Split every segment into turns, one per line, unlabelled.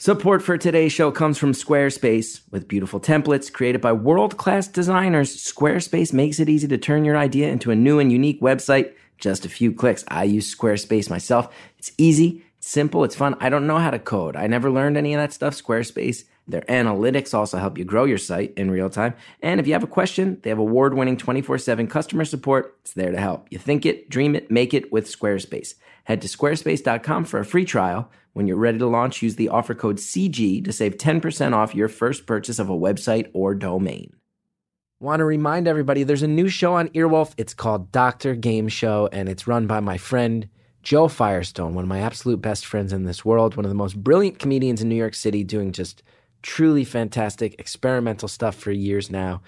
Support for today's show comes from Squarespace. With beautiful templates created by world class designers, Squarespace makes it easy to turn your idea into a new and unique website. Just a few clicks. I use Squarespace myself. It's easy, it's simple, it's fun. I don't know how to code. I never learned any of that stuff. Squarespace, their analytics also help you grow your site in real time. And if you have a question, they have award winning 24 7 customer support. It's there to help. You think it, dream it, make it with Squarespace. Head to squarespace.com for a free trial. When you're ready to launch, use the offer code CG to save 10% off your first purchase of a website or domain. Want to remind everybody there's a new show on Earwolf. It's called Doctor Game Show, and it's run by my friend Joe Firestone, one of my absolute best friends in this world, one of the most brilliant comedians in New York City, doing just truly fantastic experimental stuff for years now.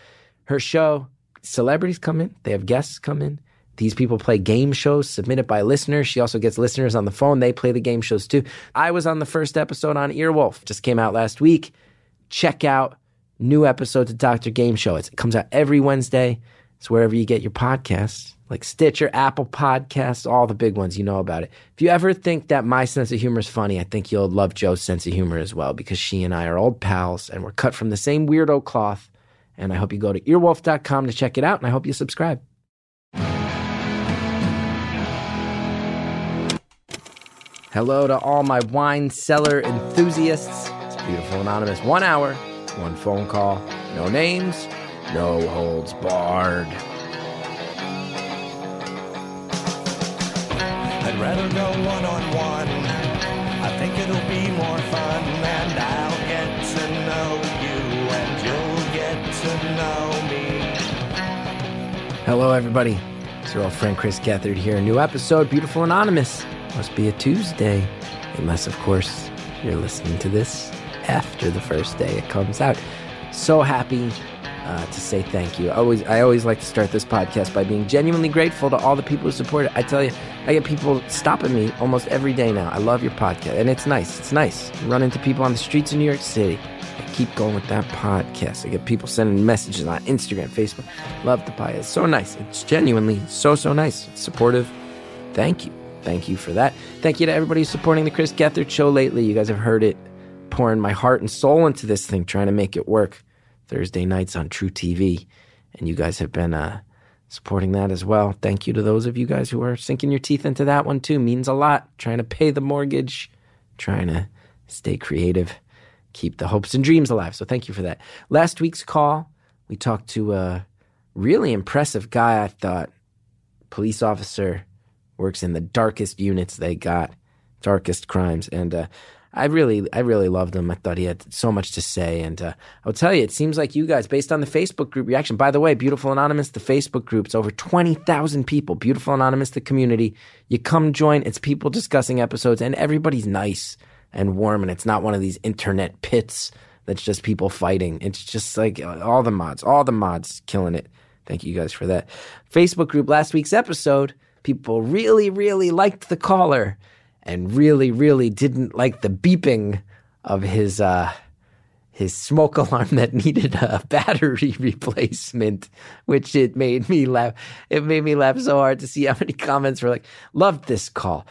Her show, celebrities come in, they have guests come in. These people play game shows submitted by listeners. She also gets listeners on the phone. They play the game shows too. I was on the first episode on Earwolf, just came out last week. Check out new episodes of Dr. Game Show. It's, it comes out every Wednesday. It's wherever you get your podcasts, like Stitcher, Apple Podcasts, all the big ones. You know about it. If you ever think that my sense of humor is funny, I think you'll love Joe's sense of humor as well because she and I are old pals and we're cut from the same weirdo cloth. And I hope you go to earwolf.com to check it out and I hope you subscribe. Hello to all my wine cellar enthusiasts. It's Beautiful Anonymous. One hour, one phone call, no names, no holds barred.
I'd rather go one on one. I think it'll be more fun, and I'll get to know you, and you'll get to know me.
Hello, everybody. It's your old friend Chris Gethard here. New episode, Beautiful Anonymous. Must be a Tuesday. Unless, of course, you're listening to this after the first day it comes out. So happy uh, to say thank you. I always, I always like to start this podcast by being genuinely grateful to all the people who support it. I tell you, I get people stopping me almost every day now. I love your podcast, and it's nice. It's nice. Run into people on the streets of New York City. I keep going with that podcast. I get people sending messages on Instagram, Facebook. Love the pie. It's so nice. It's genuinely so, so nice. It's supportive. Thank you. Thank you for that. Thank you to everybody who's supporting the Chris Gethard show lately. You guys have heard it pouring my heart and soul into this thing, trying to make it work Thursday nights on True TV. And you guys have been uh, supporting that as well. Thank you to those of you guys who are sinking your teeth into that one too. Means a lot. Trying to pay the mortgage, trying to stay creative, keep the hopes and dreams alive. So thank you for that. Last week's call, we talked to a really impressive guy, I thought. Police officer, works in the darkest units they got, darkest crimes. And uh, I really, I really loved him. I thought he had so much to say. And uh, I'll tell you, it seems like you guys, based on the Facebook group reaction, by the way, Beautiful Anonymous, the Facebook group, it's over 20,000 people. Beautiful Anonymous, the community. You come join, it's people discussing episodes, and everybody's nice and warm. And it's not one of these internet pits that's just people fighting. It's just like uh, all the mods, all the mods killing it. Thank you guys for that. Facebook group last week's episode, people really, really liked the caller and really, really didn't like the beeping of his uh his smoke alarm that needed a battery replacement, which it made me laugh. It made me laugh so hard to see how many comments were like, loved this call.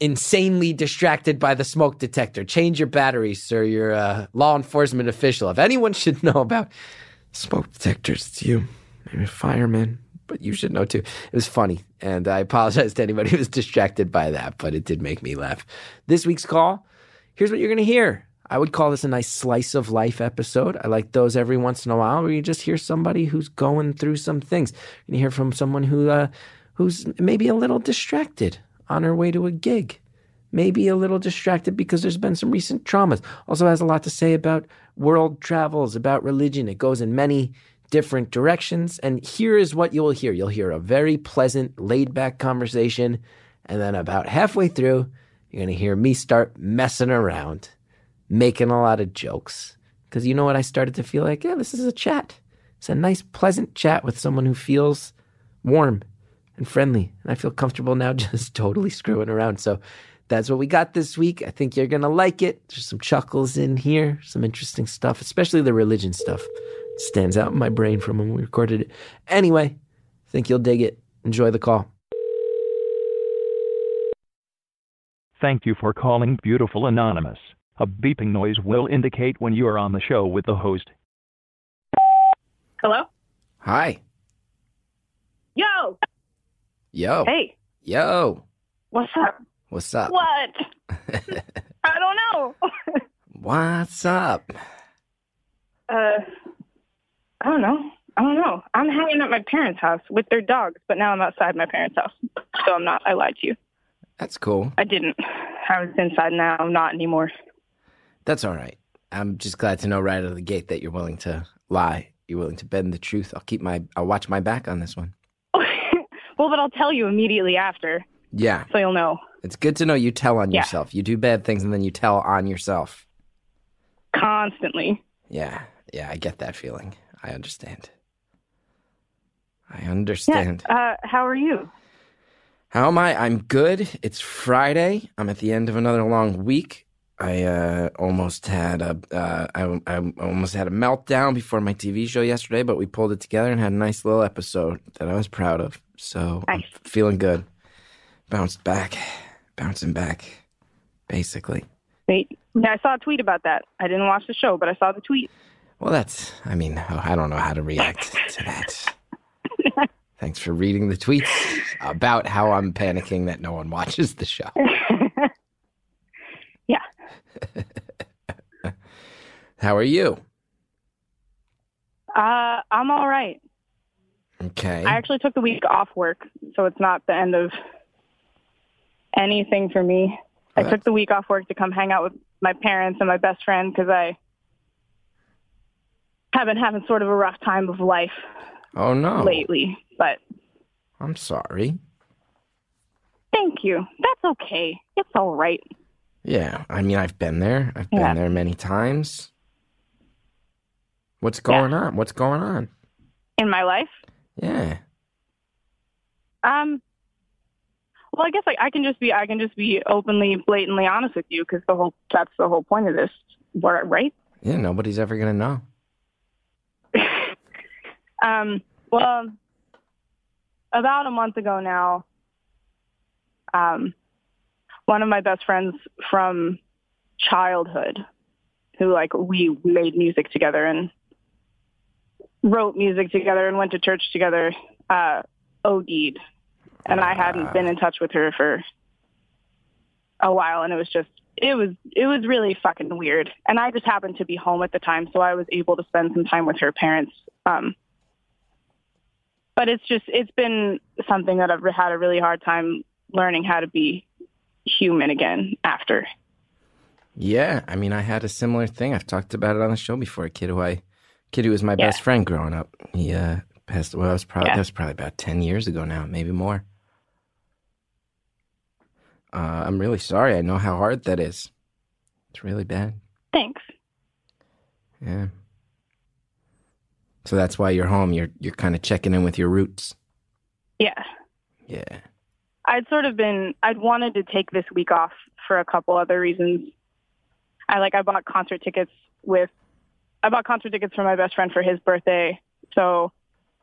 Insanely distracted by the smoke detector. Change your battery, sir. You're a law enforcement official. If anyone should know about smoke detectors. It's you. I'm a fireman, but you should know too. It was funny, and I apologize to anybody who was distracted by that, but it did make me laugh. This week's call, here's what you're going to hear. I would call this a nice slice of life episode. I like those every once in a while where you just hear somebody who's going through some things. You hear from someone who uh, who's maybe a little distracted on her way to a gig maybe a little distracted because there's been some recent traumas. Also has a lot to say about world travels, about religion. It goes in many different directions. And here is what you'll hear. You'll hear a very pleasant, laid back conversation. And then about halfway through, you're going to hear me start messing around, making a lot of jokes. Because you know what? I started to feel like, yeah, this is a chat. It's a nice, pleasant chat with someone who feels warm and friendly. And I feel comfortable now just totally screwing around. So that's what we got this week. I think you're going to like it. There's some chuckles in here, some interesting stuff, especially the religion stuff. It stands out in my brain from when we recorded it. Anyway, I think you'll dig it. Enjoy the call.
Thank you for calling Beautiful Anonymous. A beeping noise will indicate when you are on the show with the host.
Hello?
Hi.
Yo!
Yo.
Hey,
Yo.
what's up?
What's up?
What? I don't know.
What's up?
Uh, I don't know. I don't know. I'm hanging at my parents' house with their dogs, but now I'm outside my parents' house. So I'm not. I lied to you.
That's cool.
I didn't. I was inside now. I'm not anymore.
That's all right. I'm just glad to know right out of the gate that you're willing to lie. You're willing to bend the truth. I'll keep my I'll watch my back on this one.
well, but I'll tell you immediately after,
Yeah.
so you'll know.
It's good to know you tell on
Yeah.
yourself. You do bad things and then you tell on yourself.
Constantly.
Yeah. Yeah, I get that feeling. I understand. I understand.
Uh, how are you?
How am I? I'm good. It's Friday. I'm at the end of another long week. I uh, almost had a uh, I, I almost had a meltdown before my TV show yesterday, but we pulled it together and had a nice little episode that I was proud of. So I'm
Nice.
feeling good. Bounced back, bouncing back, basically.
Wait. Yeah, I saw a tweet about that. I didn't watch the show, but I saw the tweet.
Well, that's. I mean, oh, I don't know how to react to that. Thanks for reading the tweets about how I'm panicking that no one watches the show.
Uh, Yeah.
How are you?
Uh, I'm all right.
Okay.
I actually took the week off work, so it's not the end of anything for me. I
Right.
took the week off work to come hang out with my parents and my best friend because I have been having sort of a rough time of life
oh no.
lately. But
I'm sorry.
thank you. That's okay. It's all right.
Yeah, I mean, I've been there. I've been
Yeah.
there many times. What's
Yeah.
going on? What's going on?
In my life,
Yeah.
um, well, I guess like I can just be I can just be openly, blatantly honest with you because the whole that's the whole point of this, right?
Yeah, nobody's ever going to know.
Um, well, about a month ago now, um, one of my best friends from childhood, who like we made music together and wrote music together and went to church together, uh, OD'd, and I hadn't been in touch with her for a while, and it was just. It was it was really fucking weird, and I just happened to be home at the time, so I was able to spend some time with her parents um, but it's just it's been something that I've had a really hard time learning how to be human again after.
Yeah, I mean, I had a similar thing. I've talked about it on the show before. A kid who I, kid who was my
Yeah.
best friend growing up. He uh, passed away. I was probably
Yeah.
that was probably about ten years ago now, maybe more. Uh, I'm really sorry. I know how hard that is. It's really bad.
Thanks.
Yeah. So that's why you're home. You're you're kind of checking in with your roots.
Yeah.
Yeah.
I'd sort of been I'd wanted to take this week off for a couple other reasons. I like I bought concert tickets with I bought concert tickets for my best friend for his birthday. So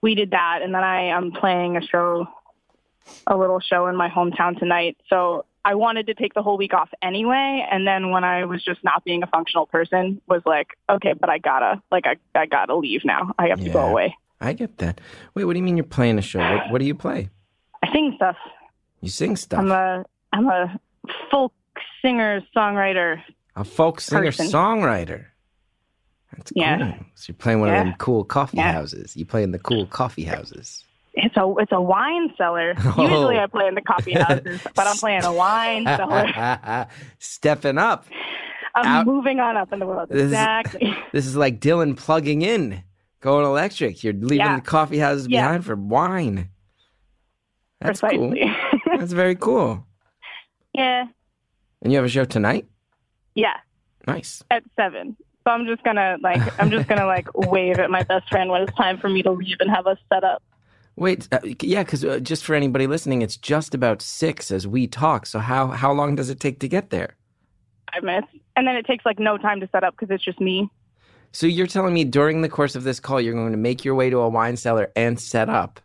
we did that and then I am playing a show a little show in my hometown tonight. So I wanted to take the whole week off anyway and then when I was just not being a functional person was like, okay, but I gotta like I, I gotta leave now. I have to go
Yeah.
away.
I get that. Wait, what do you mean you're playing a show? What, what do you play?
I sing stuff.
You sing stuff.
I'm a I'm a folk singer songwriter.
A folk singer
person.
songwriter. That's cool.
Yeah.
So you're playing one
Yeah.
of them cool coffee
Yeah.
houses. You play in the cool coffee houses.
It's a it's a wine cellar.
Oh.
Usually I play in the coffee houses, but I'm playing a wine cellar.
Stepping up.
I'm
Out-
moving on up in the world.
This is-
Exactly.
This is like Dylan plugging in, going electric. You're leaving
Yeah.
the coffee houses
Yeah.
behind for wine. That's
Precisely.
cool. That's very cool.
yeah.
And you have a show tonight?
Yeah.
Nice.
At seven. So I'm just gonna like I'm just gonna like wave at my best friend when it's time for me to leave and have us set up.
Wait, uh, yeah, because uh, just for anybody listening, it's just about six as we talk. So how how long does it take to get there?
Five minutes, and then it takes like no time to set up because it's just me.
So you're telling me during the course of this call, you're going to make your way to a wine cellar and set up,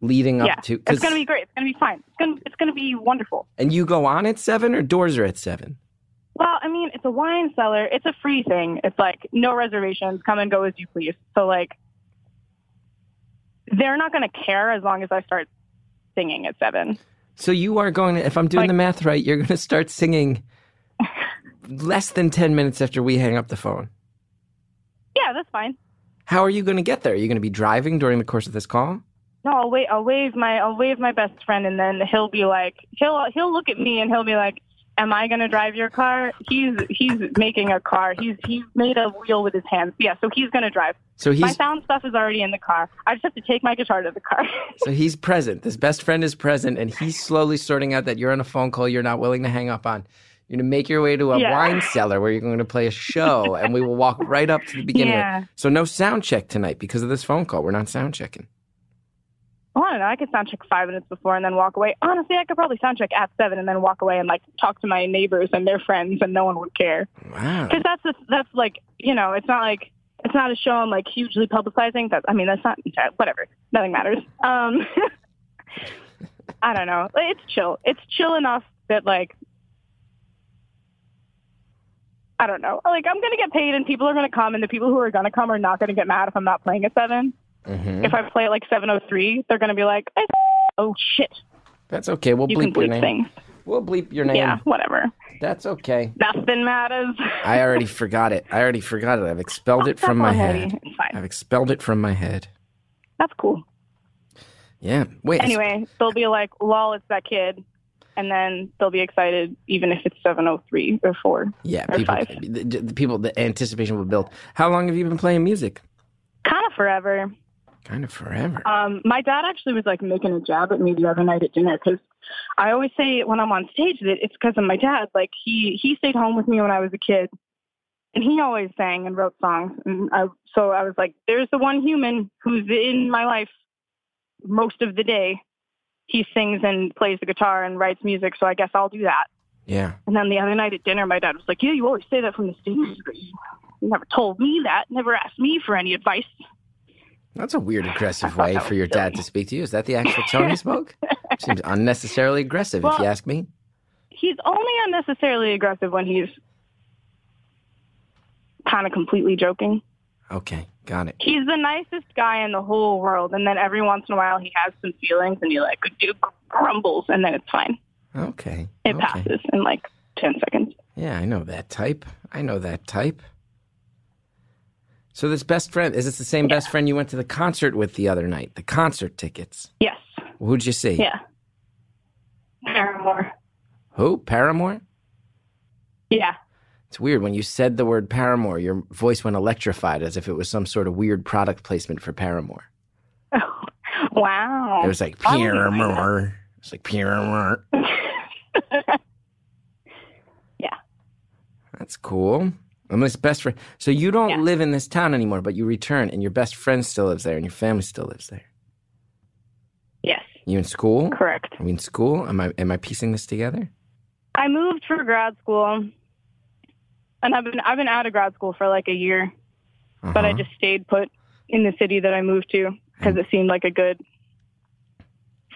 leading
yeah,
up to. 'cause-
it's gonna be great. It's gonna be fine. It's gonna it's gonna be wonderful.
and you go on at seven, or doors are at seven.
Well, I mean, it's a wine cellar. It's a free thing. It's like no reservations. Come and go as you please. So like, they're not going to care as long as I start singing at seven.
So you are going to, if I'm doing
Like-
the math right, you're going to start singing less than 10 minutes after we hang up the phone.
Yeah, that's fine.
How are you going to get there? Are you going to be driving during the course of this call?
No, I'll wait. I'll wave my I'll wave my best friend, and then he'll be like, he'll he'll look at me and he'll be like, "Am I gonna drive your car?" He's he's making a car. He's he's made a wheel with his hands. Yeah, so he's gonna drive.
So
my
he's
sound stuff is already in the car. I just have to take my guitar to the car.
so he's present. This best friend is present, and he's slowly sorting out that you're on a phone call you're not willing to hang up on. You're going to make your way to a
Yeah.
wine cellar where you're going to play a show, and we will walk right up to the beginning. of it.
Yeah.
So no sound check tonight because of this phone call. We're not sound checking.
well, I don't know. I could sound check five minutes before and then walk away. Honestly, I could probably sound check at seven and then walk away and like talk to my neighbors and their friends, and no one would care.
Wow.
Because that's the, that's like you know, it's not like it's not a show I'm like hugely publicizing. That I mean, that's not whatever. Nothing matters. Um, I don't know. Like, It's chill. It's chill enough that like I don't know. Like I'm gonna get paid and people are gonna come and the people who are gonna come are not gonna get mad if I'm not playing at 7
Mhm.
If I play at like seven oh three, they're gonna be like, "I- oh shit,
That's okay. We'll
you can
bleep your name.
bleep things.
We'll bleep your name.
Yeah, whatever.
That's okay.
Nothing matters.
I already forgot it. I already forgot it. I've expelled it from my
That's all heady.
head.
It's fine.
I've expelled it from my head.
That's cool.
Yeah. Wait. it's-
anyway, they'll be like, "Lol, it's that kid," and then they'll be excited, even if it's seven oh three or four.
Yeah.
or
People.
five.
The, the people. The anticipation will build. How long have you been playing music?
Kind of forever.
Kind of forever.
Um, my dad actually was like making a jab at me the other night at dinner because I always say when I'm on stage that it's because of my dad. Like he he stayed home with me when I was a kid, and he always sang and wrote songs. And I, so I was like, "There's the one human who's in my life most of the day. He sings and plays the guitar and writes music. So I guess I'll do that."
yeah.
And then the other night at dinner, my dad was like, "Yeah, you always say that from the stage, but you never told me that. Never asked me for any advice."
That's a weird, aggressive
thought
way
that
for
was
your dad
silly.
to speak to you. Is that the actual tone he spoke? Seems unnecessarily aggressive, if
Well-
you ask me.
He's only unnecessarily aggressive when he's kind of completely joking.
Okay. Got it.
He's the nicest guy in the whole world, and then every once in a while he has some feelings and he like do grumbles, and then it's fine.
Okay.
It
okay.
passes in like ten seconds.
Yeah, I know that type. I know that type. So this best friend is this the same best friend you went to the concert with the other night? The concert tickets.
Yes.
Who'd you see?
Yeah. Paramore.
Who? Paramore?
Yeah.
It's weird when you said the word Paramore, your voice went electrified as if it was some sort of weird product placement for Paramore.
wow.
It was like
I wouldn't mind
Paramore. It's like Paramore.
Yeah.
That's cool. And this best friend. So you don't
Yeah.
live in this town anymore, but you return, and your best friend still lives there, and your family still lives there.
yes.
You in school?
Correct.
Are we in school? Am I am I piecing this together?
I moved for grad school, and I've been I've been out of grad school for like a year, but I
Uh-huh.
just stayed put in the city that I moved to because it seemed like a good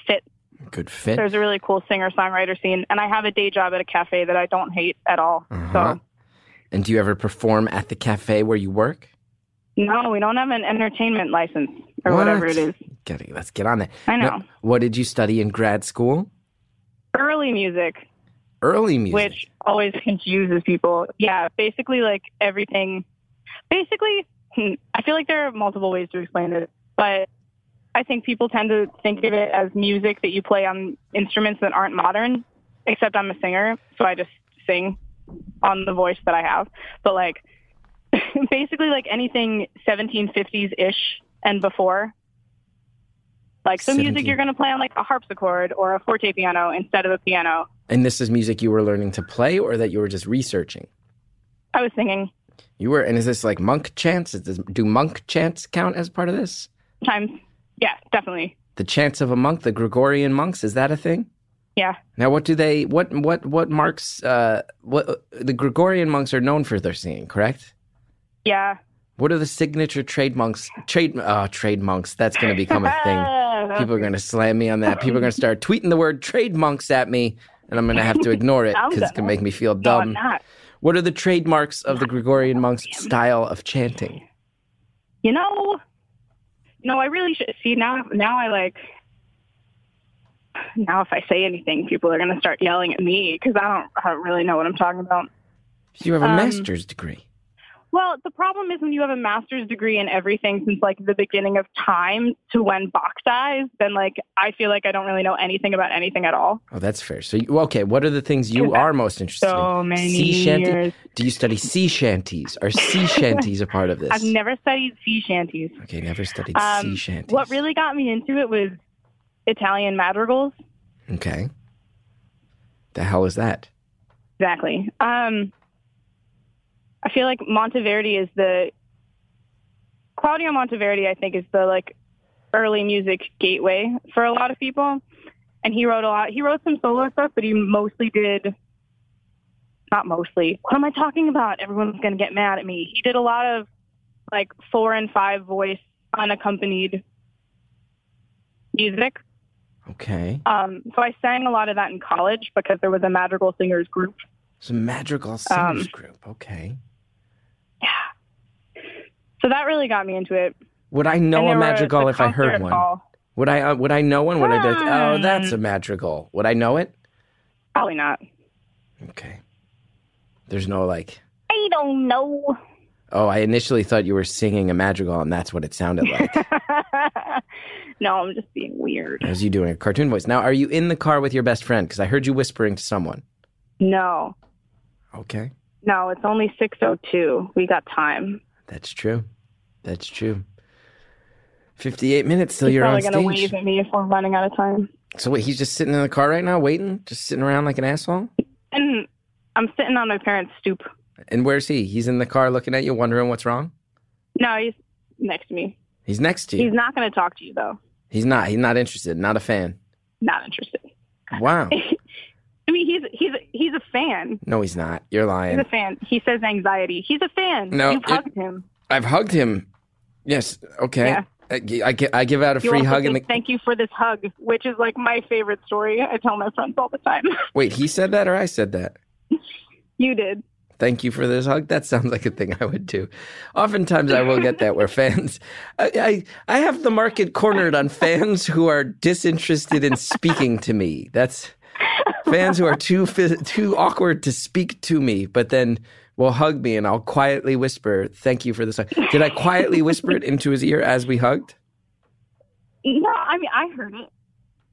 fit.
good fit.
There's a really cool singer songwriter scene, and I have a day job at a cafe that I don't hate at all.
Uh-huh.
So
And do you ever perform at the cafe where you work?
no, we don't have an entertainment license or
What?
whatever it is.
Get- let's get on that.
I
Now,
know.
what did you study in grad school?
Early music,
Early music.
which always confuses people. Yeah, basically like everything. Basically, hmm, I feel like there are multiple ways to explain it, but I think people tend to think of it as music that you play on instruments that aren't modern, except I'm a singer, so I just sing on the voice that I have. But like basically like anything 1750s ish and before. Like so music
17.
you're going to play on like a harpsichord or a forte piano instead of a piano.
and this is music you were learning to play or that you were just researching?
I was singing
You were, and is this like monk chants? Is this, do monk chants count as part of this?
times. Yeah, definitely.
The chants of a monk, the Gregorian monks, is that a thing?
Yeah.
Now, what do they? What what what marks? Uh, what the Gregorian monks are known for their singing, correct?
Yeah.
What are the signature trade monks? Trade uh, trade monks. That's going to become a thing. People are going to slam me on that. People are going to start tweeting the word trade monks at me, and I'm going to have to ignore it
I'm
because it's going to make
done.
me feel
no, I'm
dumb.
not.
What are the trademarks of the Gregorian monks' style of chanting?
You know, you know, I really should see now. Now I like. Now, if I say anything, people are going to start yelling at me because I don't, I don't really know what I'm talking about.
You have a
Um,
master's degree.
Well, the problem is when you have a master's degree in everything since like the beginning of time to when Bach dies, then like I feel like I don't really know anything about anything at all.
Oh, that's fair. So, you, okay, what are the things you
Because
are most interested
So
in?
many
sea shanty.
years.
Do you study sea shanties? Are sea shanties a part of this?
I've never studied sea shanties.
okay, never studied sea
Um,
shanties.
what really got me into it was Italian madrigals.
Okay. The hell is that?
Exactly. Um, I feel like Monteverdi is the Claudio Monteverdi. I think is the like early music gateway for a lot of people, and he wrote a lot. He wrote some solo stuff, but he mostly did. Not mostly. What am I talking about? Everyone's gonna get mad at me. He did a lot of like four and five voice unaccompanied music.
Okay.
Um, so I sang a lot of that in college because there was a madrigal singers group
It's a madrigal singers
Um,
group. Okay.
So that really got me into it.
Would I
And
know a
there were-
madrigal
the
if I heard
concert
one?
hall-
Would I uh, would I know one? Would I be like, oh,
Hmm.
that's a madrigal? Would I know it?
Probably not.
Okay. There's no like.
I don't know.
Oh, I initially thought you were singing a madrigal, and that's what it sounded like.
no, I'm just being weird.
That was you doing a cartoon voice. Now, are you in the car with your best friend? Because I heard you whispering to someone.
No,
Okay,
no, it's only 6:02. We got time.
that's true. That's true. Fifty-eight minutes till
He's
you're on
probably gonna
stage.
wave at me if we're running out of time.
So wait, he's just sitting in the car right now, waiting, just sitting around like an asshole.
And I'm sitting on my parents' stoop.
And where's he? He's in the car looking at you, wondering what's wrong.
No, he's next to me.
He's next to you.
He's not gonna talk to you though.
He's not. He's not interested. Not a fan.
Not interested.
Wow.
I mean, he's he's he's a fan.
No, he's not. You're
He's a
lying.
fan. He says anxiety. He's a fan.
No,
You've
it-
hugged him.
I've hugged him. Yes. Okay.
Yeah.
I, gi- I, gi- I give out a
You
free
also
hug in
said,
the.
thank you for this hug, which is like my favorite story. I tell my friends all the time.
Wait, he said that or I said that?
you did.
Thank you for this hug. That sounds like a thing I would do. Oftentimes, I will get that where fans, I, I, I have the market cornered on fans who are disinterested in speaking to me. That's fans who are too phys- too awkward to speak to me, but then will hug me and I'll quietly whisper, "Thank you for this hug." Did I quietly whisper it into his ear as we hugged?
No, I mean I heard it.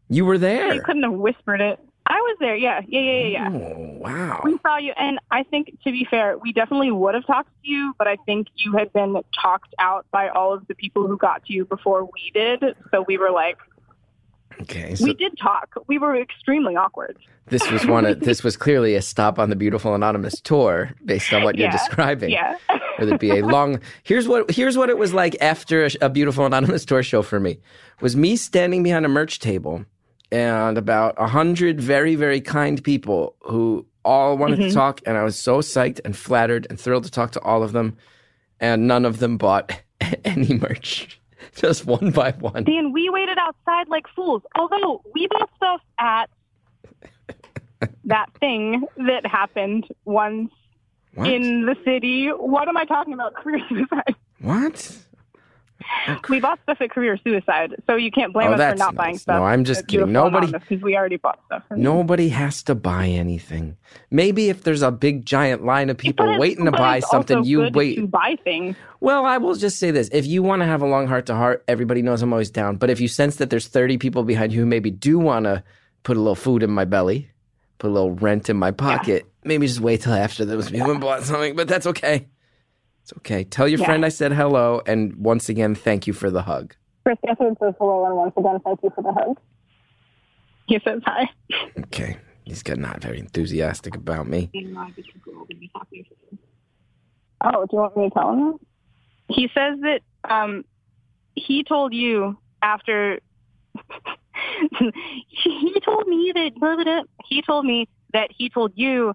You were
I
there.
couldn't have whispered it. I was there. Yeah, yeah, yeah, yeah. yeah.
Oh, wow.
We saw you, and I think to be fair, we definitely would have talked to you, but I think you had been talked out by all of the people who got to you before we did. So we were like,
Okay, so
we did talk. We were extremely awkward.
this was one. Of, this was clearly a stop on the Beautiful Anonymous tour, based on what you're
Yeah,
describing.
Yeah.
Or there'd be a long. Here's what here's what it was like after a, a beautiful anonymous tour show for me was me standing behind a merch table and about a hundred very very kind people who all wanted
Mm-hmm.
to talk, and I was so psyched and flattered and thrilled to talk to all of them, and none of them bought any merch, just one by one.
Dan, we waited outside like fools. Although we bought stuff at that thing that happened once
What?
in the city. What am I talking about? Career suicide.
what?
We bought stuff at career suicide, so you can't blame
Oh,
us for
that's
not buying
nice.
stuff.
No, I'm just kidding. Nobody-
because we already bought stuff.
Nobody has to buy anything. Maybe if there's a big giant line of people
But it's-
waiting to
but
buy
it's
something,
also
you
good
wait.
to buy things.
Well, I will just say this. If you want to have a long heart to heart, everybody knows I'm always down. But if you sense that there's 30 people behind you who maybe do want to put a little food in my belly, put a little rent in my pocket, maybe just wait till after those people have bought something. But that's okay. It's okay. Tell your
Yeah.
friend I said hello. And once again, thank you for the hug.
Chris Catherine says hello, and once again, thank you for the hug. He says hi.
Okay. He's got not very enthusiastic about me.
Oh, do you want me to tell him that? He says that um, he told you after. he told me that. Blah, blah, blah. He told me that he told you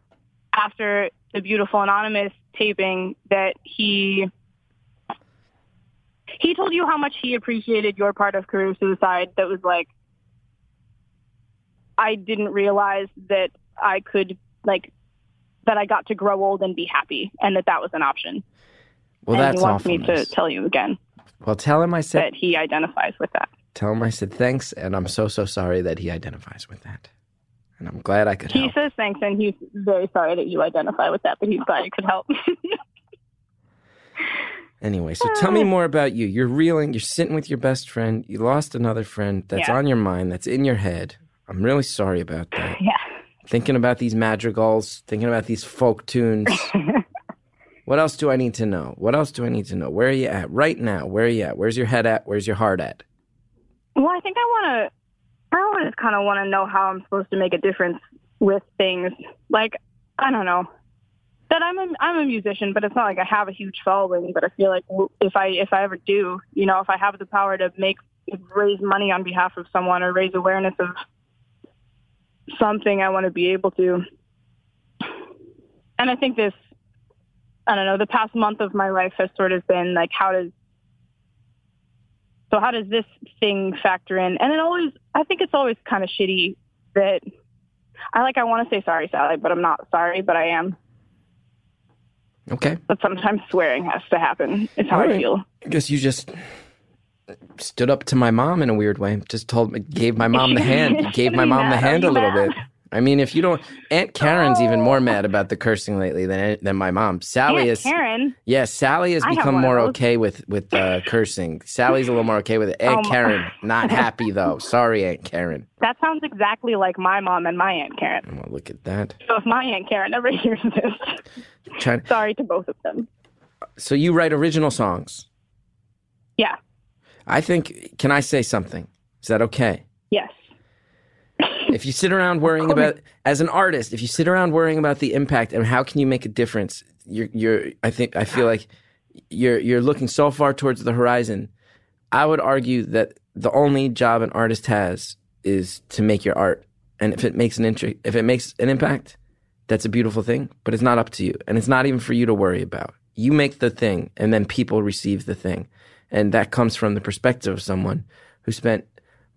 after the Beautiful Anonymous taping that he. He told you how much he appreciated your part of Career Suicide that was like, I didn't realize that I could, like, that I got to grow old and be happy, and that that was an option.
Well,
and
that's
he wants
awful.
me to
news.
tell you again
well, tell him I said
that he identifies with that.
tell him I said thanks, and I'm so so sorry that he identifies with that, and I'm glad I could
He
help.
says thanks, and he's very sorry that you identify with that, but he's glad it could help.
Anyway, so tell
Oh.
me more about you. You're reeling. You're sitting with your best friend. You lost another friend. That's
Yeah.
on your mind. That's in your head. I'm really sorry about that.
yeah.
thinking about these madrigals. Thinking about these folk tunes. what else do I need to know? What else do I need to know? Where are you at right now? Where are you at? Where's your head at? Where's your heart at?
Well, I think I want to. I always kind of want to know how I'm supposed to make a difference with things. Like I don't know that I'm a I'm a musician, but it's not like I have a huge following. But I feel like w- if I if I ever do, you know, if I have the power to make raise money on behalf of someone or raise awareness of something, I want to be able to. And I think this, I don't know, the past month of my life has sort of been like, how does so how does this thing factor in? And it always, I think it's always kind of shitty that I like, I want to say sorry, Sally, but I'm not sorry, but I am.
Okay.
But sometimes swearing has to happen. It's how
All right.
I feel.
I guess you just stood up to my mom in a weird way. Just told, gave my mom the hand. You gave my
Are you
mom the
mad?
hand a
Are you
little
mad? Oh.
bit. I mean, if you don't, Aunt Karen's even more mad about the cursing lately than than my mom. Sally
Aunt
is,
Karen.
yeah, Sally has
I have
become
one of
more
those.
okay with with uh, cursing. Sally's a little more okay with it. Aunt
Oh my-
Karen not happy though. Sorry, Aunt Karen.
That sounds exactly like my mom and my Aunt Karen.
Well, look at that.
So if my Aunt Karen ever hears this,
Trying,
sorry to both of them.
so you write original songs.
Yeah.
I think. Can I say something? Is that okay?
Yes.
if you sit around worrying about as an artist, if you sit around worrying about the impact and how can you make a difference, you're you're I think I feel like you're you're looking so far towards the horizon. I would argue that the only job an artist has is to make your art. And if it makes an intri- if it makes an impact, that's a beautiful thing, but it's not up to you. And it's not even for you to worry about. You make the thing and then people receive the thing. And that comes from the perspective of someone who spent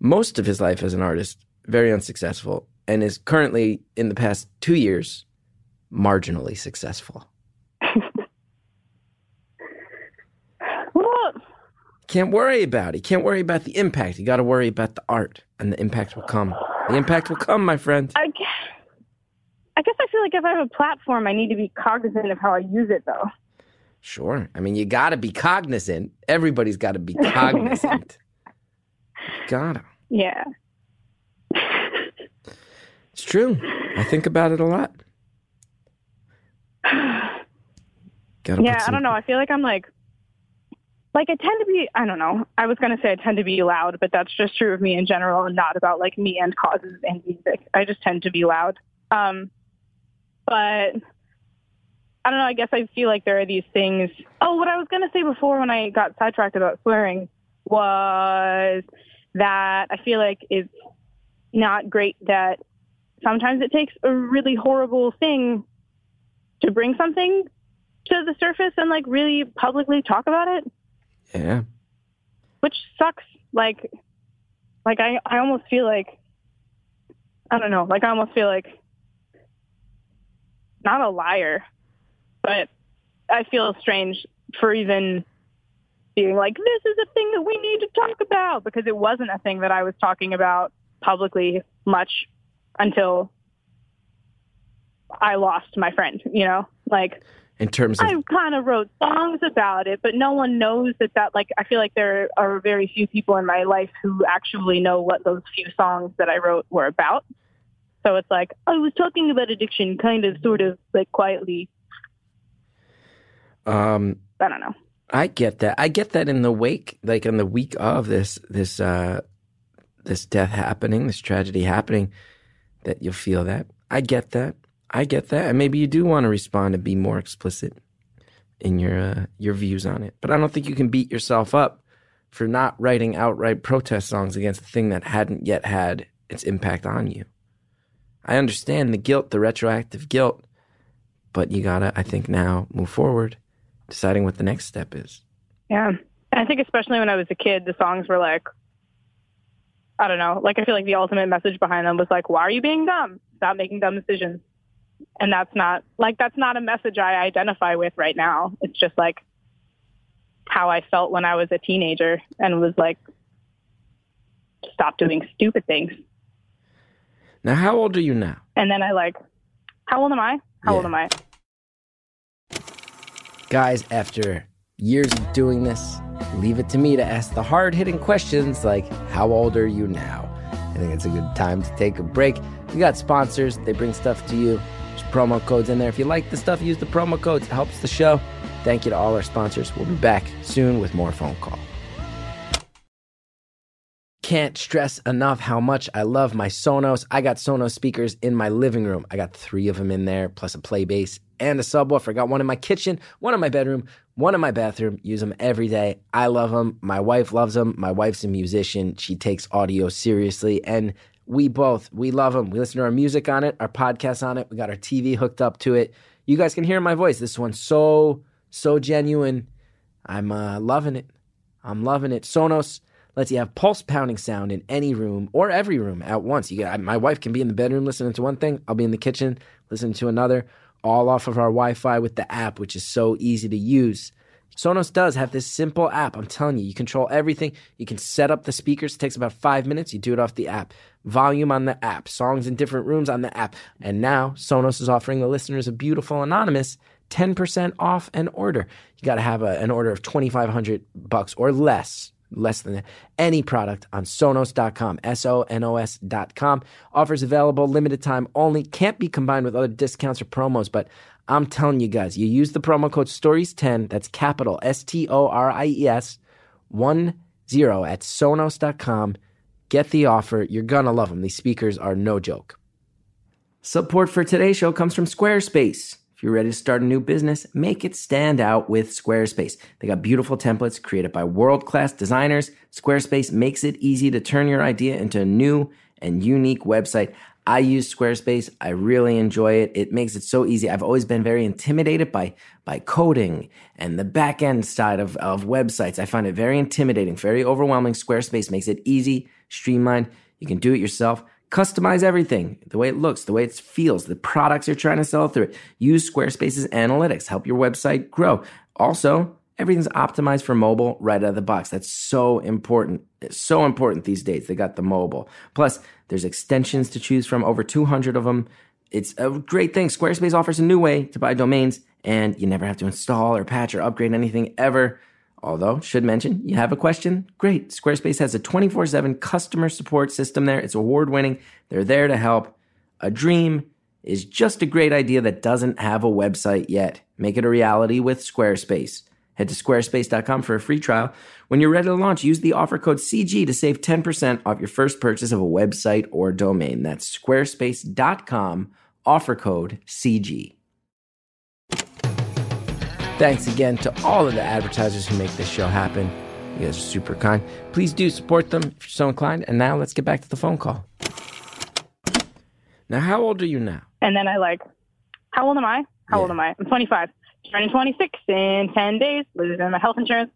most of his life as an artist very unsuccessful and is currently in the past two years marginally successful.
Well,
Can't worry about it. Can't worry about the impact. You got to worry about the art, and the impact will come. The impact will come, my friend.
I, gu- I guess I feel like if I have a platform, I need to be cognizant of how I use it, though.
Sure. I mean, you got to be cognizant. Everybody's got to be cognizant. gotta.
Yeah.
It's true. I think about it a lot. Gotta
Yeah,
put
I
some-
don't know. I feel like I'm like, like I tend to be. I don't know. I was gonna say I tend to be loud, but that's just true of me in general, and not about like me and causes and music. I just tend to be loud. Um, but I don't know. I guess I feel like there are these things. Oh, what I was gonna say before when I got sidetracked about swearing was that I feel like it's not great that sometimes it takes a really horrible thing to bring something to the surface and like really publicly talk about it,
Yeah.
which sucks. Like, like I, I almost feel like, I don't know, like I almost feel like not a liar, but I feel strange for even being like, this is a thing that we need to talk about because it wasn't a thing that I was talking about publicly much until I lost my friend, you know, like
In terms of
I kind of wrote songs about it, but no one knows that that like I feel like there are very few people in my life who actually know what those few songs that I wrote were about. So it's like I was talking about addiction kind of sort of like quietly.
um
I don't know.
I get that. I get that in the wake, like in the week of this, this, uh, this death happening, this tragedy happening, that you'll feel that. I get that. I get that. And maybe you do want to respond and be more explicit in your uh, your views on it. But I don't think you can beat yourself up for not writing outright protest songs against the thing that hadn't yet had its impact on you. I understand the guilt, the retroactive guilt, but you gotta, I think, now move forward, deciding what the next step is.
Yeah. And I think especially when I was a kid, the songs were like I don't know. Like I feel like the ultimate message behind them was like, why are you being dumb? Stop making dumb decisions. And that's not like that's not a message I identify with right now. It's just like how I felt when I was a teenager and was like stop doing stupid things.
Now, how old are you now?
And then I like how old am I? How old
Yeah.
am I?
Guys, after years of doing this, leave it to me to ask the hard hitting questions like, How old are you now? I think it's a good time to take a break. We got sponsors, they bring stuff to you. There's promo codes in there. If you like the stuff, use the promo codes, it helps the show. Thank you to all our sponsors. We'll be back soon with more phone call. Can't stress enough how much I love my Sonos. I got Sonos speakers in my living room. I got three of them in there, plus a play bass and a subwoofer. I got one in my kitchen, one in my bedroom, one in my bathroom. Use them every day. I love them. My wife loves them. My wife's a musician. She takes audio seriously. And we both, we love them. We listen to our music on it, our podcasts on it. We got our TV hooked up to it. You guys can hear my voice. This one's so, so genuine. I'm uh, loving it. I'm loving it. Sonos lets you have pulse pounding sound in any room or every room at once. You got, my wife can be in the bedroom listening to one thing. I'll be in the kitchen listening to another. All off of our Wi-Fi with the app, which is so easy to use. Sonos does have this simple app. I'm telling you, you control everything. You can set up the speakers. It takes about five minutes. You do it off the app. Volume on the app. Songs in different rooms on the app. And now Sonos is offering the listeners a beautiful anonymous 10% off an order. You got to have a, an order of 2500 bucks or less, less than that, any product on sonos.com, S O N O S.com. Offers available, limited time only, can't be combined with other discounts or promos, but I'm telling you guys, you use the promo code STORIES10, that's capital S T O R I E S 10 at sonos.com. Get the offer. You're going to love them. These speakers are no joke. Support for today's show comes from Squarespace. If you're ready to start a new business, make it stand out with Squarespace. They got beautiful templates created by world class designers. Squarespace makes it easy to turn your idea into a new and unique website. I use Squarespace. I really enjoy it. It makes it so easy. I've always been very intimidated by, by coding and the back end side of, of websites. I find it very intimidating, very overwhelming. Squarespace makes it easy, streamlined. You can do it yourself. Customize everything the way it looks, the way it feels, the products you're trying to sell through it. Use Squarespace's analytics, help your website grow. Also, everything's optimized for mobile right out of the box. That's so important. It's so important these days. They got the mobile. Plus, there's extensions to choose from, over 200 of them. It's a great thing. Squarespace offers a new way to buy domains, and you never have to install or patch or upgrade anything ever. Although, should mention, you have a question? Great. Squarespace has a 24 7 customer support system there. It's award winning. They're there to help. A dream is just a great idea that doesn't have a website yet. Make it a reality with Squarespace. Head to squarespace.com for a free trial. When you're ready to launch, use the offer code CG to save 10% off your first purchase of a website or domain. That's squarespace.com, offer code CG. Thanks again to all of the advertisers who make this show happen. You guys are super kind. Please do support them if you're so inclined. And now let's get back to the phone call. Now, how old are you now?
And then I like, how old am I? How old
Yeah.
am I? I'm 25. Turning 26 in 10 days. Losing my health insurance.